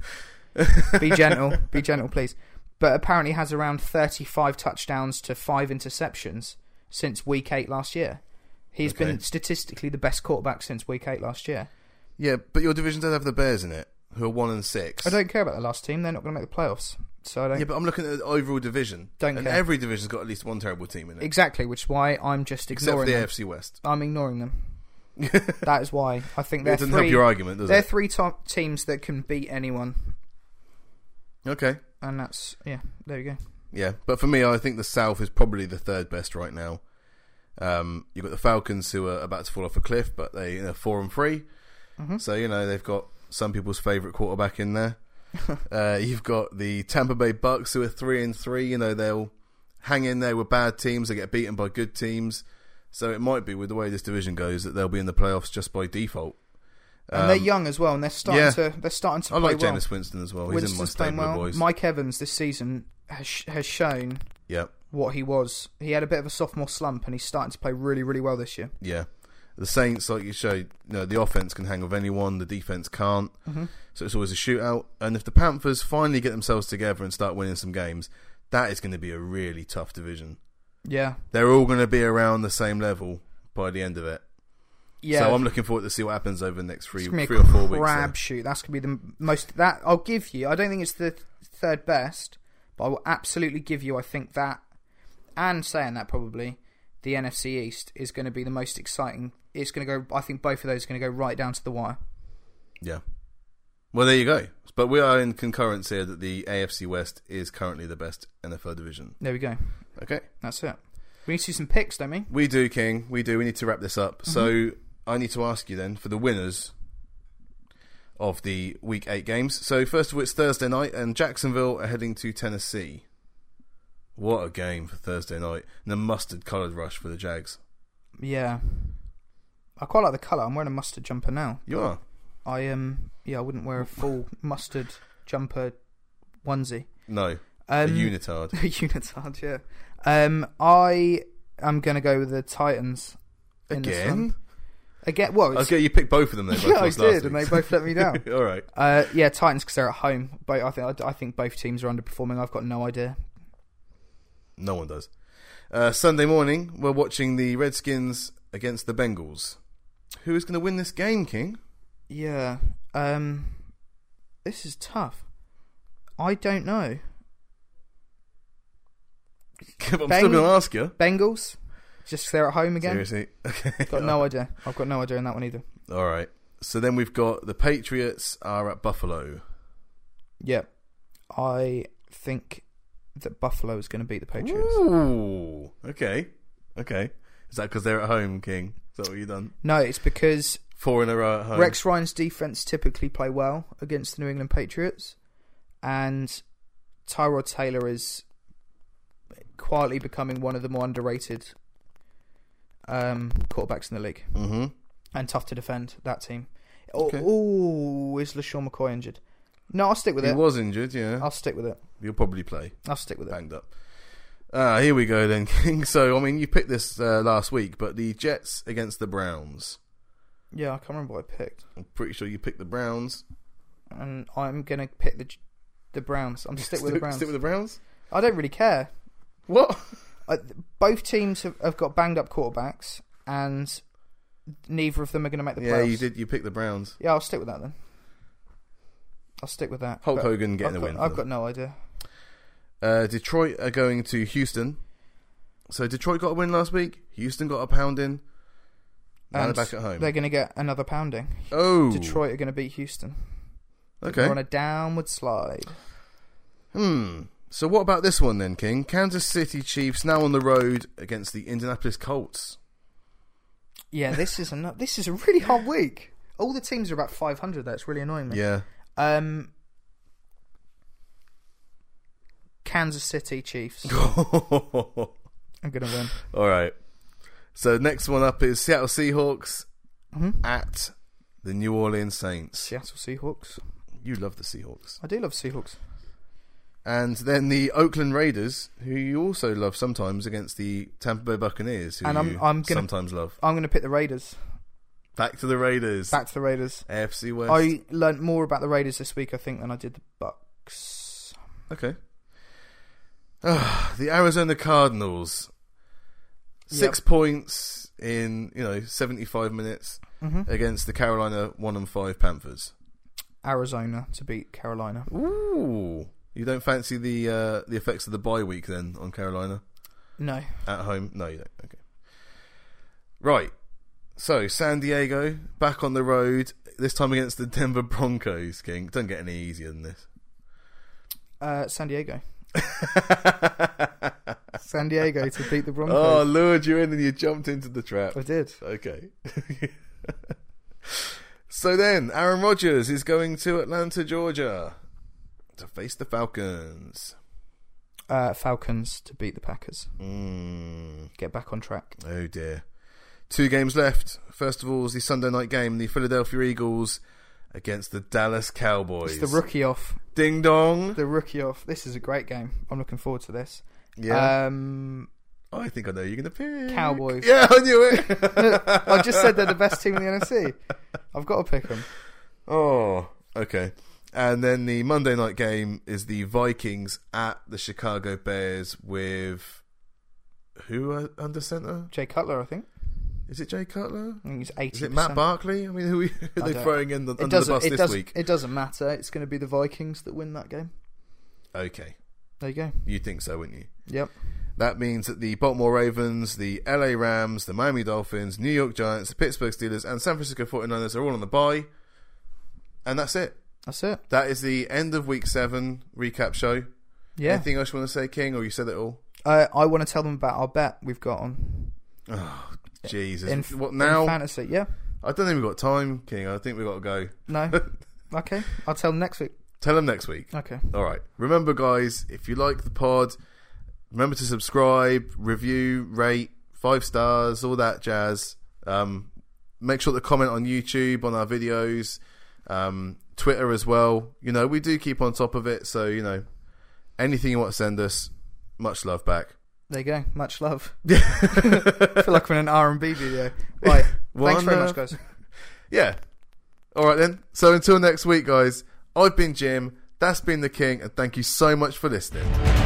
B: be gentle be gentle please but apparently has around 35 touchdowns to 5 interceptions since week 8 last year He's
A: Okay.
B: been statistically the best quarterback since week 8 last year
A: Yeah, but your division does have the Bears in it, who are one and six.
B: I don't care about the last team. They're not going to make the playoffs. So I don't
A: Yeah, but I'm looking at the overall division.
B: Don't
A: and
B: care.
A: every division's got at least one terrible team in it,
B: exactly, which is why I'm just
A: except for
B: ignoring
A: the
B: them.
A: AFC West.
B: I'm ignoring them.
A: it
B: That is why I think they're
A: doesn't
B: three.
A: help your argument, does
B: they're
A: it?
B: three top teams that can beat anyone,
A: Okay.
B: and that's yeah. There you go.
A: Yeah, but for me, I think the South is probably the third best right now. Um, you've got the Falcons who are about to fall off a cliff, but they are four and 3
B: Mhm.
A: so you know they've got some people's favourite quarterback in there. uh, you've got the Tampa Bay Bucks who are three and three. You know they'll hang in there with bad teams. They get beaten by good teams, so it might be with the way this division goes that they'll be in the playoffs just by default.
B: And
A: Um,
B: they're young as well, and they're starting
A: yeah.
B: to they're starting to
A: I
B: play
A: like
B: well.
A: Jameis Winston as well. He's in my
B: Winston's playing
A: stable of
B: well.
A: boys.
B: Mike Evans this season has sh- has shown
A: yeah.
B: what he was. He had a bit of a sophomore slump, and he's starting to play really really well this year.
A: Yeah. The Saints, like you showed, you know, the offense can hang with anyone, the defense can't.
B: Mhm.
A: So it's always a shootout. And if the Panthers finally get themselves together and start winning some games, that is going to be a really tough division.
B: Yeah,
A: They're all going to be around the same level, by the end of it.
B: Yeah,
A: So I'm looking forward to see what happens over the next three,
B: it's gonna be
A: three
B: a
A: or four weeks.
B: crab
A: then.
B: shoot. That's gonna be the m- most that I'll give you. I don't think it's the th- third best, but I will absolutely give you. I think that, and saying that probably, the NFC East is going to be the most exciting. It's going to go. I think both of those are going to go right down to the wire.
A: Yeah. Well, there you go. But we are in concurrence here that the AFC West is currently the best NFL division.
B: There we go.
A: Okay.
B: That's it. We need to do some picks, don't we?
A: We do, King. We do. We need to wrap this up. So
B: Mm-hmm.
A: I need to ask you then for the winners of the week eight games. So first of all, it's Thursday night, and Jacksonville are heading to Tennessee. What a game for Thursday night! And a mustard-coloured rush for the Jags.
B: Yeah. I quite like the colour. I'm wearing a mustard jumper now.
A: You are.
B: I um yeah, I wouldn't wear a full mustard jumper onesie.
A: No, a
B: Um,
A: unitard.
B: a unitard, yeah. Um, I am gonna go with the Titans in This one.
A: Again?
B: Again, well, it's,
A: Okay, you picked both of them. They both
B: yeah, I
A: lost
B: did,
A: last
B: and they
A: week.
B: both let me down.
A: All right.
B: uh, yeah, Titans because they're at home. But I think I, I think both teams are underperforming. I've got no idea.
A: No one does. Uh, Sunday morning, we're watching the Redskins against the Bengals. Who is going to win this game, King?
B: Yeah. Um, this is tough. I don't know.
A: I'm still
B: Beng-
A: going to ask you.
B: Bengals, just 'cause they're at home again.
A: Seriously. Okay.
B: Got no idea. I've got no idea on that one either.
A: All right. So then we've got the Patriots are at Buffalo.
B: Yeah. I think that Buffalo is going to beat the Patriots.
A: Ooh. Okay. Okay. Is that because they're at home, King? Is that what you've done?
B: No, it's because
A: Four in a row at home.
B: Rex Ryan's defense typically play well against the New England Patriots, and Tyrod Taylor is quietly becoming one of the more underrated um, quarterbacks in the league
A: Mm-hmm.
B: and tough to defend. That team. Oh,
A: Okay.
B: ooh, is LaShawn McCoy injured? No, I'll stick with
A: He
B: it. Oh.
A: was injured, yeah.
B: I'll stick with it.
A: He'll probably play.
B: I'll stick with it.
A: banged up. Ah, here we go then, King. So, I mean, you picked this uh, last week, but the Jets against the Browns.
B: Yeah, I can't remember what I picked.
A: I'm pretty sure you picked the Browns.
B: and I'm gonna pick the the Browns. I'm stick with the
A: Stick-
B: Browns.
A: Stick with the Browns.
B: I don't really care.
A: What?
B: I, both teams have, have got banged up quarterbacks, and neither of them are gonna make the
A: Yeah,
B: playoffs.
A: you did. You picked the Browns.
B: Yeah, I'll stick with that then. I'll stick with that.
A: Hulk
B: But
A: Hogan getting
B: I've
A: the
B: got,
A: win. for
B: I've
A: them.
B: got no idea.
A: Uh, Detroit are going to Houston. So Detroit got a win last week. Houston got a pounding. Now they're
B: And
A: back at home.
B: They're gonna get another pounding.
A: oh,
B: Detroit are gonna beat Houston.
A: Okay.
B: They're on a downward slide.
A: Hmm. So what about this one then, King? Kansas City Chiefs now on the road against the Indianapolis Colts.
B: Yeah, this is a this is a really hard week. All the teams are about 500. That's really annoying me.
A: Yeah.
B: Um, Kansas City Chiefs.
A: All
B: I'm gonna win.
A: right. So next one up is Seattle Seahawks
B: Mhm.
A: at the New Orleans Saints.
B: Seattle Seahawks.
A: You love the Seahawks.
B: I do love Seahawks.
A: And then the Oakland Raiders, who you also love sometimes, against the Tampa Bay Buccaneers, who
B: And I'm-
A: you
B: I'm gonna-
A: sometimes love.
B: I'm gonna pick the Raiders.
A: Back to the Raiders.
B: Back to the Raiders.
A: AFC West.
B: I learnt more about the Raiders this week, I think, than I did the Bucks.
A: Okay. Ah, the Arizona Cardinals. Six points in, you know, 75 minutes
B: hmm
A: against the Carolina 1 and 5 Panthers.
B: Arizona to beat Carolina.
A: Ooh. You don't fancy the uh, the effects of the bye week then on Carolina?
B: No.
A: At home? No, you don't. Okay. Right. So, San Diego back on the road, this time against the Denver Broncos, King. Don't get any easier than this.
B: Uh, San Diego. San Diego to beat
A: Oh,
B: the
A: I
B: Broncos.
A: lured you in and you jumped into the trap.
B: I did.
A: Okay. so then, Aaron Rodgers is going to Atlanta, Georgia to face the Falcons.
B: Uh, Falcons to beat the Packers.
A: Mm.
B: Get back on track.
A: Oh dear. Two games left. First of all is the Sunday night game, the Philadelphia Eagles against the Dallas Cowboys.
B: It's the rookie off.
A: Ding dong.
B: The rookie off. This is a great game. I'm looking forward to this.
A: Yeah.
B: Um,
A: I think I know who you're going to pick.
B: Cowboys.
A: Yeah, I knew it.
B: I just said they're the best team in the NFC. I've got to pick them.
A: Oh, okay. And then the Monday night game is the Vikings at the Chicago Bears with who are under center?
B: Jay Cutler, I think.
A: Is it Jay Cutler?
B: I think it's eighty.
A: Is it Matt Barkley? I mean, who are
B: I
A: they
B: don't-
A: throwing in the,
B: It
A: under the
B: doesn't.
A: bus
B: It
A: this
B: doesn't.
A: week?
B: It doesn't matter. It's going to be the Vikings that win that game.
A: Okay,
B: There you go.
A: you think so, wouldn't you?
B: Yep.
A: That means that the Baltimore Ravens, the LA Rams, the Miami Dolphins, New York Giants, the Pittsburgh Steelers, and San Francisco 49ers are all on the bye. And that's it.
B: That's it.
A: That is the end of week seven recap show.
B: Yeah.
A: Anything else you want to say, King, or you said it all?
B: Uh, I want to tell them about our bet we've got on
A: Oh, Jesus.
B: in,
A: what
B: in
A: now?
B: fantasy. Yeah.
A: I don't think we've got time, King. I think we've got to go.
B: No. okay. I'll tell them next week.
A: Tell them next week.
B: Okay.
A: All right. Remember, guys, if you like the pod, remember to subscribe, review, rate, five stars, all that jazz. Um, make sure to comment on YouTube, on our videos, um, Twitter as well. You know, we do keep on top of it. So, you know, anything you want to send us, much love back.
B: There you go. Much love. I feel like we're in an R and B video. Right. Thanks
A: One uh,
B: very
A: love.
B: much, guys.
A: Yeah. All right, then. So, until next week, guys, I've been Jim. That's been the King. And thank you so much for listening.